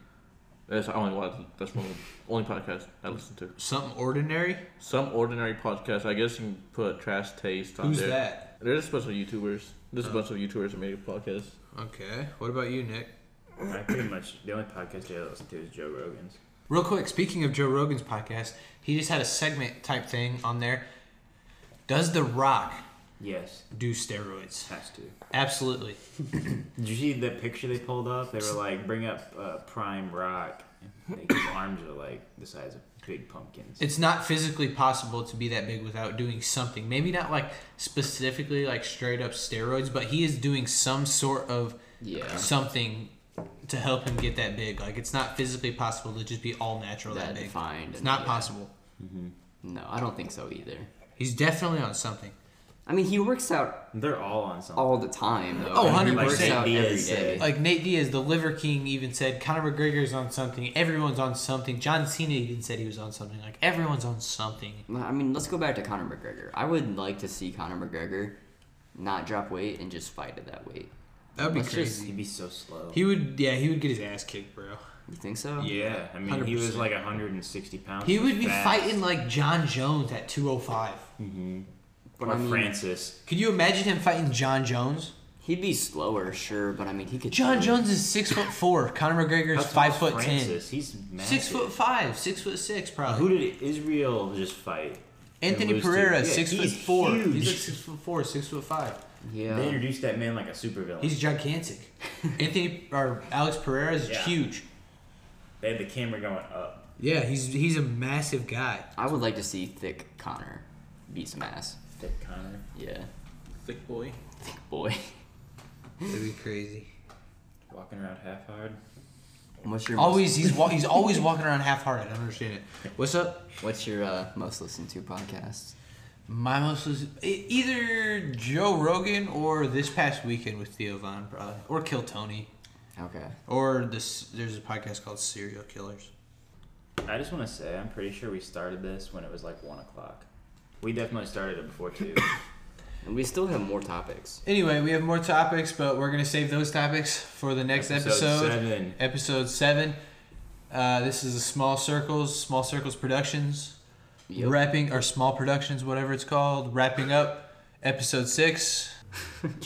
F: That's the only one. That's one only podcast I listen to.
E: Something ordinary.
F: Some ordinary podcast. I guess you can put trash taste on
E: Who's
F: there.
E: that?
F: There's a bunch of YouTubers. There's
D: Oh.
F: a bunch of YouTubers that made a podcast.
E: Okay. What about you, Nick?
B: I pretty much the only podcast I listen to is Joe Rogan's.
E: Real quick, speaking of Joe Rogan's podcast, he just had a segment type thing on there. Does The Rock
B: Yes,
E: do steroids?
B: has to.
E: Absolutely.
B: Did you see that picture they pulled up? They were like, bring up uh, Prime Rock. Like, his arms are like the size of big pumpkins.
E: It's not physically possible to be that big without doing something. Maybe not like specifically like straight up steroids, but he is doing some sort of
D: Yeah.
E: something to help him get that big. Like it's not physically possible to just be all natural that,
D: That
E: big.
D: defined
E: It's
D: and-
E: not
D: yeah.
E: possible.
D: No, I don't think so either.
E: He's definitely on something.
D: I mean, he works out
B: They're all on something.
D: all the time though.
E: Oh,
D: He
E: 100%.
D: works out
B: Like
D: every
B: Diaz
D: day.
B: said.
E: Like Nate Diaz, the Liver King, even said Conor McGregor's on something. Everyone's on something. John Cena even said he was on something. Like everyone's on something.
D: I mean, let's go back to Conor McGregor. I would like to see Conor McGregor not drop weight and just fight at that weight.
E: That would be
D: Let's
E: crazy.
B: He'd be so slow.
E: He would, yeah, he would get his ass kicked, bro.
D: You think so?
B: yeah, I mean, he was
E: 100%.
B: like 160 pounds.
E: He would be
B: fast.
E: fighting like John Jones at 205.
D: But
B: or
D: I mean,
B: Francis.
E: Could you imagine him fighting John Jones?
D: he'd be slower, sure, but I mean, he could.
E: John
D: still-
E: Jones is six foot four. Conor McGregor
B: How
E: is
B: tall
E: five
B: is
E: foot ten.
B: Francis? He's massive.
E: Six foot five, six foot six,
B: Who
E: probably.
B: did Israel just fight? and
E: Anthony
B: lose to?
E: Pereira,
B: Yeah,
E: six foot
B: he's
E: four.
B: Huge.
E: He's like six foot four, six foot five.
B: They
D: Yeah.
B: introduced that man like a supervillain.
E: He's gigantic. Anthony or Alex Pereira is
B: Yeah.
E: huge.
B: They had the camera going up.
E: Yeah, he's he's a massive guy.
D: I would like to see thick Connor beat some ass.
B: Thick Connor.
D: Yeah.
F: Thick boy.
D: Thick boy.
E: That'd be crazy.
B: Walking around half hard.
D: What's your
E: Always, he's wa- he's always walking around half-hearted. I don't understand it. What's up?
D: Most, what's your uh, most listened to podcast?
E: My most was e- either Joe Rogan or this past weekend with Theo Von, probably, or Kill Tony,
D: Okay.
E: or this. There's a podcast called Serial Killers.
B: I just want to say, I'm pretty sure we started this when it was like 1 o'clock. We definitely started it before 2.
D: And we still have more topics.
E: Anyway, we have more topics, but we're gonna save those topics for the next episode.
B: Seven.
E: Episode seven. Uh, this is a Small Circles, Small Circles Productions,
D: Yep.
E: wrapping or Small Productions, whatever it's called, wrapping up episode six.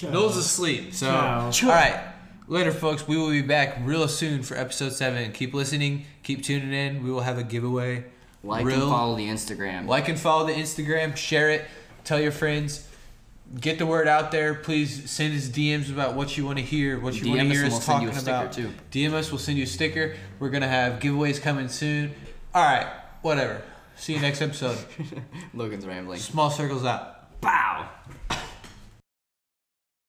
E: Noel's asleep, so all right. Later, folks. We will be back real soon for episode seven. Keep listening. Keep tuning in. We will have a giveaway.
D: Like and
E: Real-
D: follow the Instagram.
E: like and follow the Instagram, share it, tell your friends, get the word out there. Please send us DMs about what you want to hear, what you want
D: DM
E: to
D: us
E: hear
D: and
E: us
D: we'll send you
E: talking
D: a sticker,
E: about.
D: too.
E: DM us, we'll send you a sticker. We're gonna have giveaways coming soon. All right, whatever. See you next episode.
D: Logan's rambling.
E: Small circles out.
D: Bow.